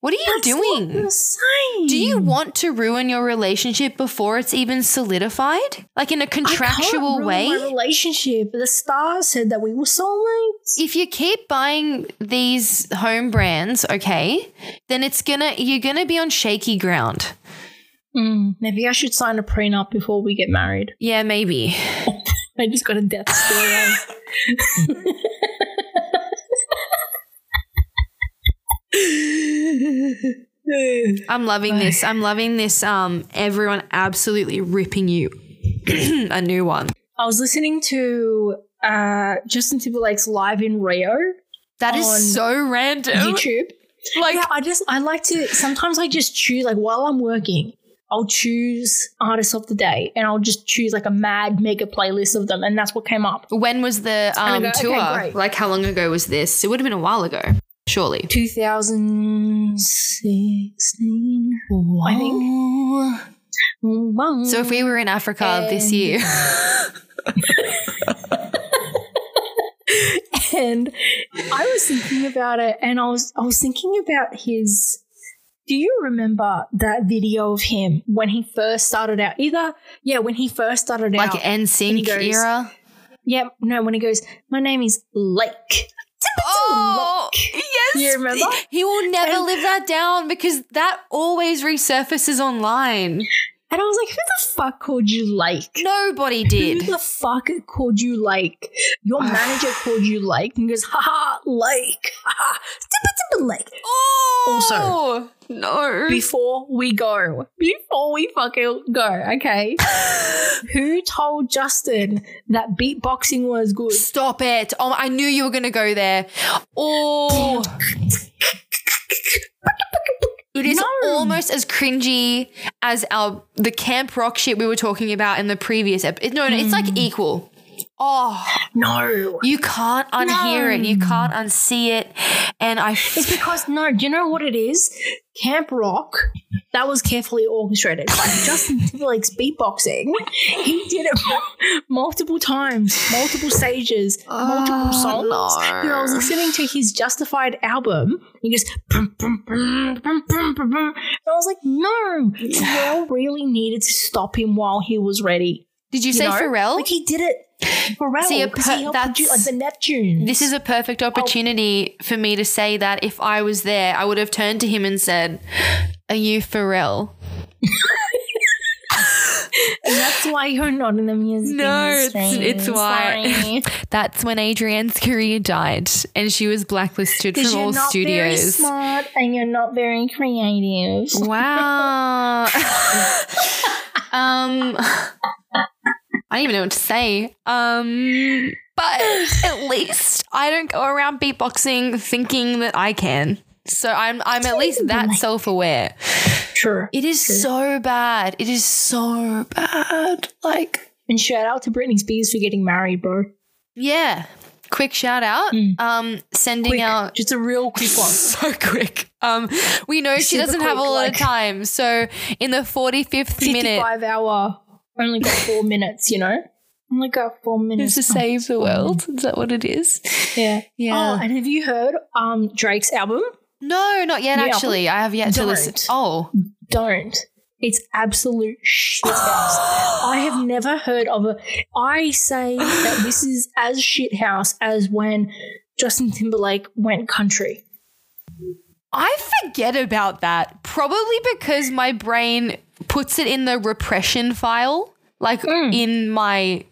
Speaker 1: What are you *laughs* doing?
Speaker 2: Insane.
Speaker 1: Do you want to ruin your relationship before it's even solidified? Like in a contractual way?
Speaker 2: My relationship. The stars said that we were soulmates.
Speaker 1: if you keep buying these home brands, okay, then it's gonna you're gonna be on shaky ground.
Speaker 2: Mm, maybe I should sign a prenup before we get married. *laughs*
Speaker 1: Yeah, maybe.
Speaker 2: I just got a death stare.
Speaker 1: *laughs* I'm loving this. I'm loving this. Um, everyone absolutely ripping you *clears throat* a new one.
Speaker 2: I was listening to uh, Justin Timberlake's live in Rio
Speaker 1: That is
Speaker 2: On
Speaker 1: so random.
Speaker 2: YouTube.
Speaker 1: *laughs* Like
Speaker 2: yeah, I just I like to sometimes I just choose like while I'm working. I'll choose artists of the day and I'll just choose like a mad mega playlist of them. And that's what came up.
Speaker 1: When was the um,
Speaker 2: And I go,
Speaker 1: tour?
Speaker 2: okay, great.
Speaker 1: like, how long ago was this? It would have been a while ago, surely.
Speaker 2: 2016, I think. Wow.
Speaker 1: So if we were in Africa this
Speaker 2: Um,
Speaker 1: year,
Speaker 2: *laughs* and I was thinking about it, and I was I was thinking about his. Do you remember that video of him when he first started out? Either yeah, when he first started
Speaker 1: like
Speaker 2: out,
Speaker 1: NSYNC
Speaker 2: goes-
Speaker 1: era.
Speaker 2: yeah, no, when he goes, my name is Lake.
Speaker 1: Oh, yes.
Speaker 2: You remember?
Speaker 1: He will never
Speaker 2: And-
Speaker 1: live that down because that always resurfaces online.
Speaker 2: And I was like, who the fuck called you Lake?
Speaker 1: Nobody
Speaker 2: Who
Speaker 1: did.
Speaker 2: the fuck called you Lake? Your manager called you Lake and goes, haha, Lake, haha, tippa tippa Lake.
Speaker 1: Oh, no.
Speaker 2: before we go. Before we fucking go, okay? Who told Justin that beatboxing was good?
Speaker 1: Stop it. Oh, I knew you were going to go there. Oh. It is
Speaker 2: No.
Speaker 1: almost as cringy as our the camp rock shit we were talking about in the previous episode. No, no, it's like equal. Oh,
Speaker 2: No.
Speaker 1: you can't unhear it. You can't unsee it. And I
Speaker 2: It's because, no, do you know what it is? Camp Rock, that was carefully orchestrated. *laughs* Like Justin Timberlake's beatboxing, he did it multiple times, multiple stages,
Speaker 1: Oh,
Speaker 2: multiple songs. You know, I was listening to his Justified album. And he goes, "Brum, brum, brum, brum, brum, brum, brum." and I was like, no, Pharrell really needed to stop him while he was ready.
Speaker 1: Did you,
Speaker 2: You
Speaker 1: say
Speaker 2: know?
Speaker 1: Pharrell?
Speaker 2: Like he did it. Pharrell,
Speaker 1: See, a
Speaker 2: because
Speaker 1: per-
Speaker 2: he helped
Speaker 1: that's-
Speaker 2: produce like the Neptune.
Speaker 1: This is a perfect opportunity for me to say that if I was there, I would have turned to him and said, Are you Pharrell?
Speaker 2: and that's why you're not in the music
Speaker 1: No, it's-
Speaker 2: industry.
Speaker 1: it's why. *laughs*
Speaker 2: Sorry.
Speaker 1: That's when Adrienne's career died and she was blacklisted
Speaker 2: 'Cause
Speaker 1: from
Speaker 2: you're
Speaker 1: all
Speaker 2: not very
Speaker 1: studios.
Speaker 2: smart and you're not very creative.
Speaker 1: Wow. *laughs* um I don't even know what to say. Um but at least I don't go around beatboxing thinking that I can. So I'm I'm at least that self-aware.
Speaker 2: True.
Speaker 1: It is so bad. It is so bad. Like,
Speaker 2: And shout out to Britney Spears for getting married, bro.
Speaker 1: yeah. Quick shout out.
Speaker 2: Mm.
Speaker 1: Um, sending
Speaker 2: Quick,
Speaker 1: out.
Speaker 2: just a real quick one.
Speaker 1: *laughs* So quick. Um, we know she
Speaker 2: Super
Speaker 1: doesn't have a
Speaker 2: quick,
Speaker 1: lot
Speaker 2: like-
Speaker 1: of time. So in the forty fifth minute,
Speaker 2: 55 hour only got
Speaker 1: *laughs*
Speaker 2: four minutes, you know? Only got four
Speaker 1: is
Speaker 2: minutes.
Speaker 1: to save the world. Is that what it is?
Speaker 2: Yeah.
Speaker 1: Yeah.
Speaker 2: Oh, and have you heard um Drake's album?
Speaker 1: No, not yet.
Speaker 2: Yeah.
Speaker 1: Actually, I have yet to listen.
Speaker 2: Don't.
Speaker 1: Oh,
Speaker 2: Don't. It's absolute shithouse. I have never heard of a I say that this is as shithouse as when Justin Timberlake went country.
Speaker 1: I forget about that. Probably because my brain puts it in the repression file, like
Speaker 2: Hmm.
Speaker 1: in my.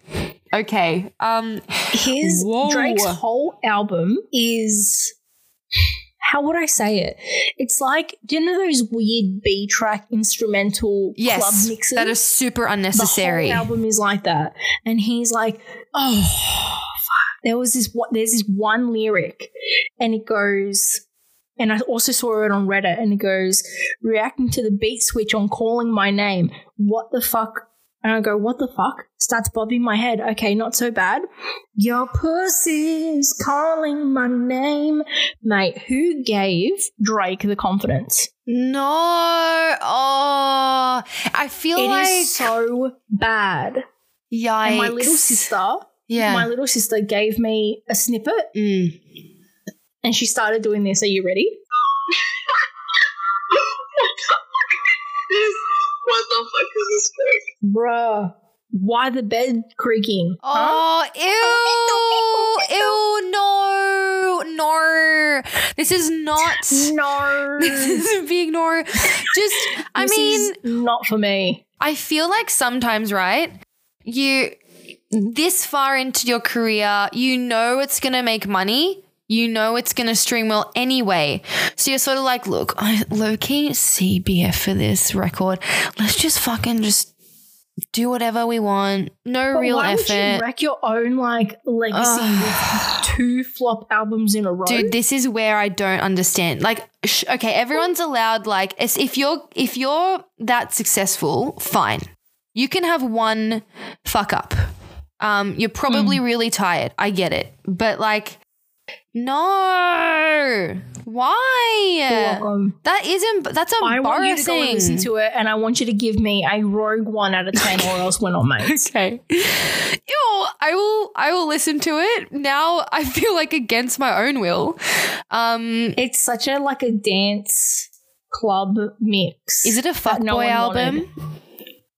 Speaker 1: Okay. Um.
Speaker 2: His
Speaker 1: Whoa.
Speaker 2: Drake's whole album is how would I say it? It's like do you know those weird B track instrumental club
Speaker 1: Yes,
Speaker 2: mixes
Speaker 1: that is super unnecessary.
Speaker 2: The whole album is like that, and he's like, "Oh, fuck." there was this what? There's this one lyric, and it goes, and I also saw it on Reddit, and it goes, reacting to the beat switch on calling my name. What the fuck? And I go, what the fuck? Starts bobbing my head. Okay, not so bad. Your pussy's calling my name. Mate, who gave Drake the confidence?
Speaker 1: No, oh, I feel
Speaker 2: It is
Speaker 1: like
Speaker 2: so bad.
Speaker 1: yikes.
Speaker 2: And my little sister,
Speaker 1: yeah.
Speaker 2: my little sister gave me a snippet
Speaker 1: Mm.
Speaker 2: and she started doing this. Are you ready?
Speaker 5: what the fuck is this fake?
Speaker 2: Bruh, why the bed creaking? Huh?
Speaker 1: Oh, ew, ew, no, no. This is not. *laughs*
Speaker 2: *laughs* No.
Speaker 1: This is being no. Just, I
Speaker 2: This
Speaker 1: mean,
Speaker 2: is not for me.
Speaker 1: I feel like sometimes, right? You this far into your career, you know it's going to make money. You know it's going to stream well anyway. So you're sort of like, look, I low key CBF for this record. Let's just fucking just do whatever we want. No
Speaker 2: But
Speaker 1: real
Speaker 2: why would you
Speaker 1: effort.
Speaker 2: wreck your own like legacy
Speaker 1: Ugh.
Speaker 2: with two flop albums in a row.
Speaker 1: Dude, this is where I don't understand. Like, sh- okay, everyone's allowed. Like, it's- if you're if you're that successful, fine, you can have one fuck up. Um, you're probably
Speaker 2: Hmm.
Speaker 1: really tired. I get it, but like, no,
Speaker 2: You're
Speaker 1: why?
Speaker 2: welcome.
Speaker 1: That isn't. That's embarrassing.
Speaker 2: I want you to go and listen to it, and I want you to give me a rogue one out of ten, or else we're
Speaker 1: *laughs*
Speaker 2: not mates.
Speaker 1: Okay. Ew, I will I will listen to it. Now I feel like against my own will. Um
Speaker 2: It's such a like a dance club mix.
Speaker 1: is it a
Speaker 2: that
Speaker 1: fuckboy
Speaker 2: no one wanted.
Speaker 1: album?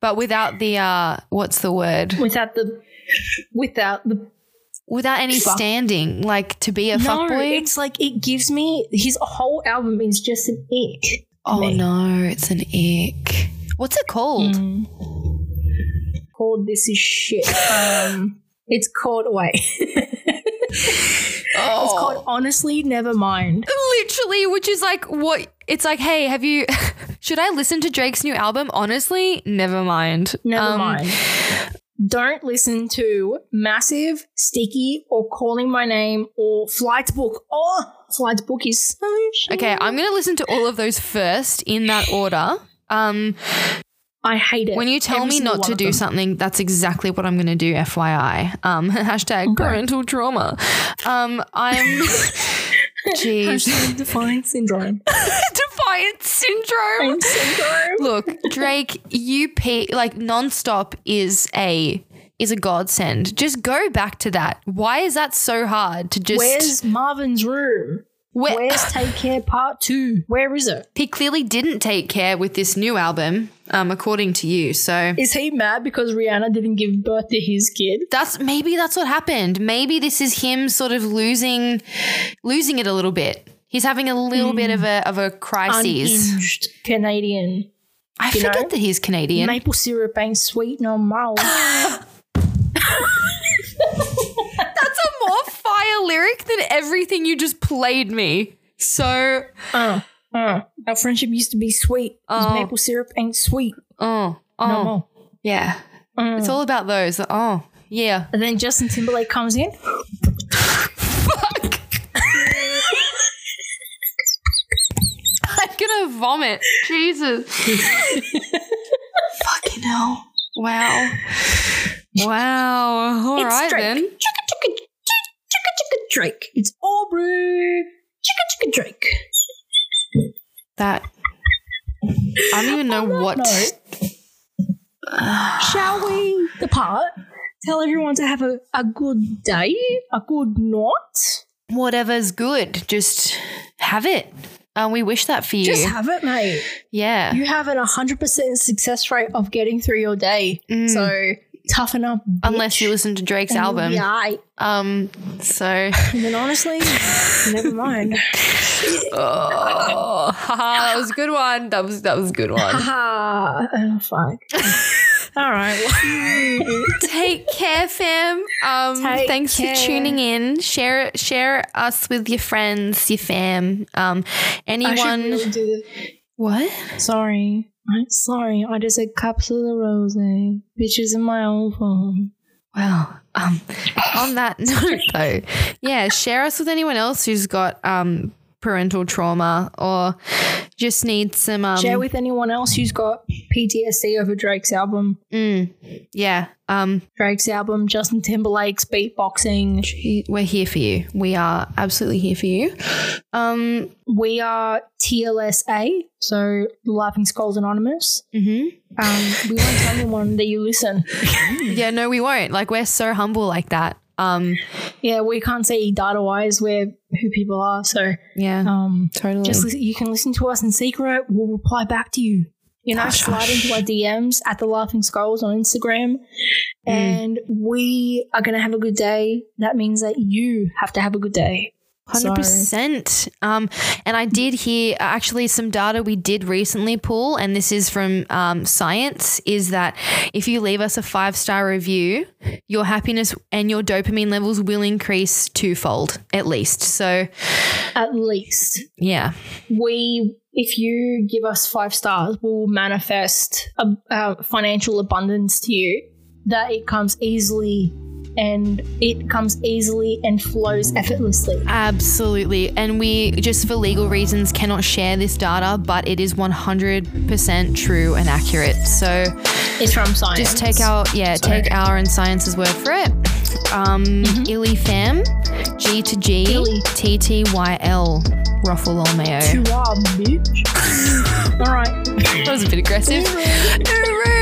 Speaker 1: But without the uh what's the word?
Speaker 2: without the without the
Speaker 1: Without any
Speaker 2: Fuck.
Speaker 1: standing, like to be a fuckboy.
Speaker 2: It's like it gives me his whole album is just an ick.
Speaker 1: Oh
Speaker 2: me. Mm.
Speaker 1: no, it's an ick. What's it called?
Speaker 2: Called this is shit. Um, it's called wait. *laughs*
Speaker 1: Oh.
Speaker 2: It's called honestly never mind.
Speaker 1: Literally, which is like what it's like, hey, have you *laughs* should I listen to Drake's new album? Honestly, never mind.
Speaker 2: Never
Speaker 1: Um,
Speaker 2: mind. Don't listen to Massive, Sticky, or Calling My Name or Flight's Book. Oh, Flight's Book is so shit.
Speaker 1: Okay, I'm gonna listen to all of those first in that order. Um,
Speaker 2: I hate it.
Speaker 1: when you tell
Speaker 2: Every
Speaker 1: me
Speaker 2: single
Speaker 1: not
Speaker 2: one
Speaker 1: to
Speaker 2: of
Speaker 1: do
Speaker 2: them.
Speaker 1: something, that's exactly what I'm gonna do. FYI, um, *laughs* hashtag parental trauma. Um,
Speaker 2: *laughs*
Speaker 1: I'm jeez,
Speaker 2: Hashtag Defiant Syndrome.
Speaker 1: *laughs* defiance syndrome.
Speaker 2: Defiant Syndrome.
Speaker 1: Look, Drake, you pe- like nonstop is a is a godsend. Just go back to that. Why is that so hard to just?
Speaker 2: Where's Marvin's room?
Speaker 1: Where- *sighs*
Speaker 2: Where's Take Care Part 2? Where is it?
Speaker 1: *clears throat* he clearly didn't take care with this new album, um, according to you. So
Speaker 2: Is he mad because Rihanna didn't give birth to his kid?
Speaker 1: that's maybe that's what happened. Maybe this is him sort of losing losing it a little bit. He's having a little bit of a of a crisis.
Speaker 2: Unhinged Canadian.
Speaker 1: I
Speaker 2: you
Speaker 1: forget
Speaker 2: know?
Speaker 1: that he's Canadian.
Speaker 2: Maple syrup ain't sweet
Speaker 1: *gasps*
Speaker 2: no more.
Speaker 1: that's a
Speaker 2: *laughs*
Speaker 1: more fire lyric than everything you just played me. So,
Speaker 2: Uh, uh, our friendship used to be sweet. 'cause
Speaker 1: Oh.
Speaker 2: Maple syrup ain't sweet
Speaker 1: oh, oh,
Speaker 2: no more.
Speaker 1: yeah.
Speaker 2: Mm.
Speaker 1: It's all about those. Oh, yeah.
Speaker 2: And then Justin Timberlake comes in.
Speaker 1: Fuck. *laughs* I'm gonna vomit.
Speaker 2: *laughs*
Speaker 1: Jesus. Fucking hell. Wow. Wow. All right
Speaker 2: it's Drake.
Speaker 1: then.
Speaker 2: Chicka chicka chicka chicka Drake. It's Aubrey. Chicka chicka Drake.
Speaker 1: That. I don't even know what.
Speaker 2: Shall we depart? Tell everyone to have a, a good day, a good night.
Speaker 1: Whatever's good, just have it. Um, we wish that for you.
Speaker 2: Just have it, mate.
Speaker 1: yeah.
Speaker 2: You have an 100% success rate of getting through your day.
Speaker 1: Mm.
Speaker 2: So toughen up. Bitch, Oh,
Speaker 1: Unless you listen to Drake's album.
Speaker 2: Yeah.
Speaker 1: Um. So. *laughs*
Speaker 2: And then honestly, never mind.
Speaker 1: Oh, *laughs* haha, that was a good one. That was that was a good one.
Speaker 2: Haha. Oh,
Speaker 1: *laughs*
Speaker 2: fuck. All right. well,
Speaker 1: Take care, fam. Um,
Speaker 2: Take
Speaker 1: thanks
Speaker 2: care.
Speaker 1: for tuning in. Share share us with your friends, your fam. Um,
Speaker 2: I should
Speaker 1: anyone?
Speaker 2: really do
Speaker 1: what?
Speaker 2: this. Sorry. I'm sorry. I just said cups of the rose. eh? Bitches in my own phone.
Speaker 1: Well, um, on that *laughs* note, though, yeah, share us with anyone else who's got um parental trauma or just needs some um.
Speaker 2: Share with anyone else who's got PTSD over Drake's album.
Speaker 1: mm, yeah. Um,
Speaker 2: Drake's album, Justin Timberlake's beatboxing.
Speaker 1: we're here for you. We are absolutely here for you. Um.
Speaker 2: We are TLSA, so Laughing Skulls Anonymous.
Speaker 1: mhm.
Speaker 2: Um, we won't tell anyone that you listen.
Speaker 1: Yeah, no, we won't. Like we're so humble like that. Um,
Speaker 2: Yeah, we can't say data wise where who people are, so
Speaker 1: yeah,
Speaker 2: um,
Speaker 1: totally.
Speaker 2: just listen, you can listen to us in secret. We'll reply back to you. You know,
Speaker 1: Gosh,
Speaker 2: slide
Speaker 1: gosh.
Speaker 2: into our DMs at the Laughing Skulls on Instagram,
Speaker 1: Mm.
Speaker 2: and we are going to have a good day. That means that you have to have a good day.
Speaker 1: Hundred percent. Um, and I did hear uh, actually some data we did recently pull, and this is from um, science, is that if you leave us a five star review, your happiness and your dopamine levels will increase twofold at least. So
Speaker 2: At least
Speaker 1: yeah,
Speaker 2: we if you give us five stars we'll manifest a, uh financial abundance to you that it comes easily and it comes easily and flows effortlessly.
Speaker 1: Absolutely. And we, just for legal reasons, cannot share this data, but it is 100% true and accurate. So
Speaker 2: It's from science.
Speaker 1: just take our, yeah, take our and science's word for it. Um, ILIFAM, G to G,
Speaker 2: Mm-hmm. Illy.
Speaker 1: T T Y L, Ruffle or *laughs* Mayo.
Speaker 2: You are, bitch. All right.
Speaker 1: That was a bit aggressive. Uru.